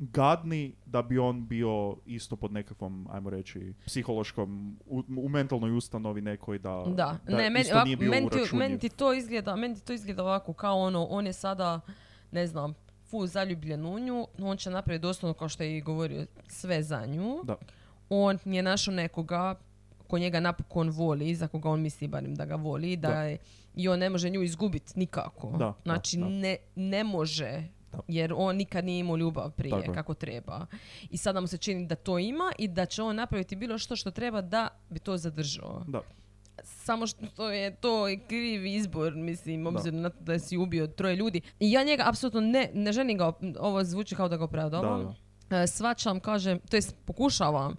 S4: gadni da bi on bio isto pod nekakvom, ajmo reći, psihološkom, u, u mentalnoj ustanovi nekoj da,
S5: Da, ne, meni,
S4: isto
S5: ovako-
S4: nije bio
S5: meni, ti,
S4: uračunljiv.
S5: meni ti to izgleda, meni ti to izgleda ovako kao ono, on je sada, ne znam, fu zaljubljen u nju, on će napraviti doslovno kao što je i govorio sve za nju.
S4: Da.
S5: On je našao nekoga ko njega napokon voli, za koga on misli barem da ga voli, da,
S4: Da.
S5: je, i on ne može nju izgubiti nikako.
S4: Da, da,
S5: znači
S4: da.
S5: Ne, ne može,
S4: Da.
S5: jer on nikad nije imao ljubav prije
S4: Tako je.
S5: kako treba. I sada mu se čini da to ima i da će on napraviti bilo što što treba da bi to zadržao.
S4: Da.
S5: Samo što je to i kriv izbor, mislim, obzirom na to da si ubio troje ljudi. I ja njega apsolutno ne, ne želim ga, op- ovo zvuči kao da ga opravdavam. E, Svačam, kažem, to jest pokušavam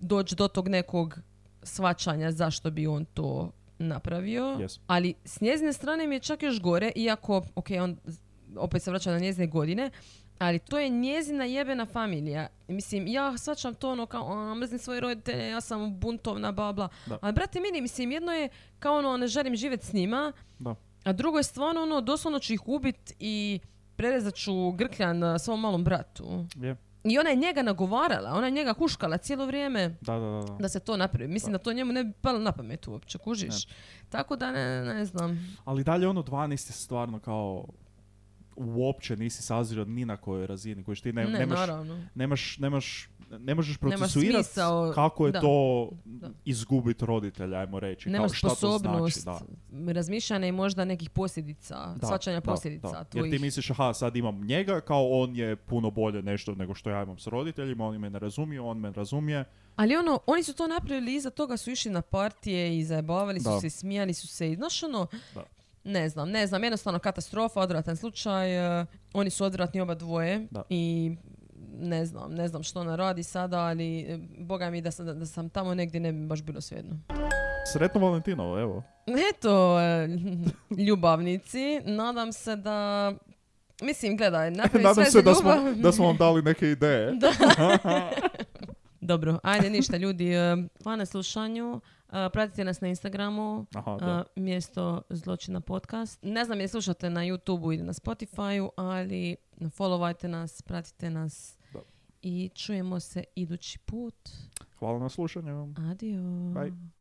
S5: doći do tog nekog svačanja zašto bi on to napravio.
S4: Yes.
S5: Ali s njezine strane mi je čak još gore, iako, ok, on z- opet se vraća na njezine godine, ali to je njezina jebena familija. Mislim, ja svačam to ono kao, a, mrzim svoje roditelje, ja sam buntovna, bla, bla.
S4: Da.
S5: Ali, brate, meni, mislim, jedno je kao ono, ne želim živjeti s njima,
S4: Da.
S5: a drugo je stvarno ono, doslovno ću ih ubit i prerezat ću grkljan a, svom malom bratu.
S4: Je.
S5: I ona je njega nagovarala, ona je njega huškala cijelo vrijeme
S4: Da, da, da, da.
S5: da se to napravi. Mislim da to njemu ne bi palo na pamet uopće, kužiš. Tako da ne, ne znam.
S4: Ali dalje ono 12 je stvarno kao uopće nisi sazrio ni na kojoj razini, kojiš ti ne,
S5: ne,
S4: nemaš,
S5: naravno.
S4: nemaš, nemaš, ne možeš
S5: Nemaš
S4: procesuirati
S5: smisao,
S4: kako je
S5: da,
S4: to
S5: da.
S4: izgubiti roditelja, ajmo reći.
S5: Nemaš
S4: kao, šta to
S5: sposobnost
S4: znači, da.
S5: razmišljanja i možda nekih posljedica,
S4: Da,
S5: shvaćanja
S4: da,
S5: posljedica
S4: da.
S5: tvojih.
S4: Jer ti misliš, aha, sad imam njega, kao on je puno bolje nešto nego što ja imam s roditeljima, oni me ne razumiju, on me razumije.
S5: Ali ono, oni su to napravili i iza toga su išli na partije i zajebavali su
S4: Da.
S5: se, smijali su se i znaš ono,
S4: Da.
S5: ne znam, ne znam, jednostavno katastrofa, odvratan slučaj, e, oni su odvratni oba dvoje
S4: Da.
S5: i ne znam, ne znam što ona radi sada, ali e, boga mi da sam, da sam tamo negdje ne bi baš bilo svejedno.
S4: Sretno Valentinovo, evo.
S5: Eto, e, ljubavnici, nadam se da... Mislim, gledaj, napravi
S6: Nadam
S5: sve
S6: se
S5: za
S6: da smo,
S5: ljubav.
S6: da smo vam dali neke ideje.
S5: Dobro, ajde ništa ljudi, e, hvala na slušanju, e, pratite nas na Instagramu,
S4: Aha, da.
S5: e, mjesto zločina podcast. Ne znam je slušate na YouTubeu ili na Spotifyu, ali followajte nas, pratite nas
S4: Da.
S5: i čujemo se idući put.
S4: Hvala na slušanju.
S5: Adio.
S4: Bye.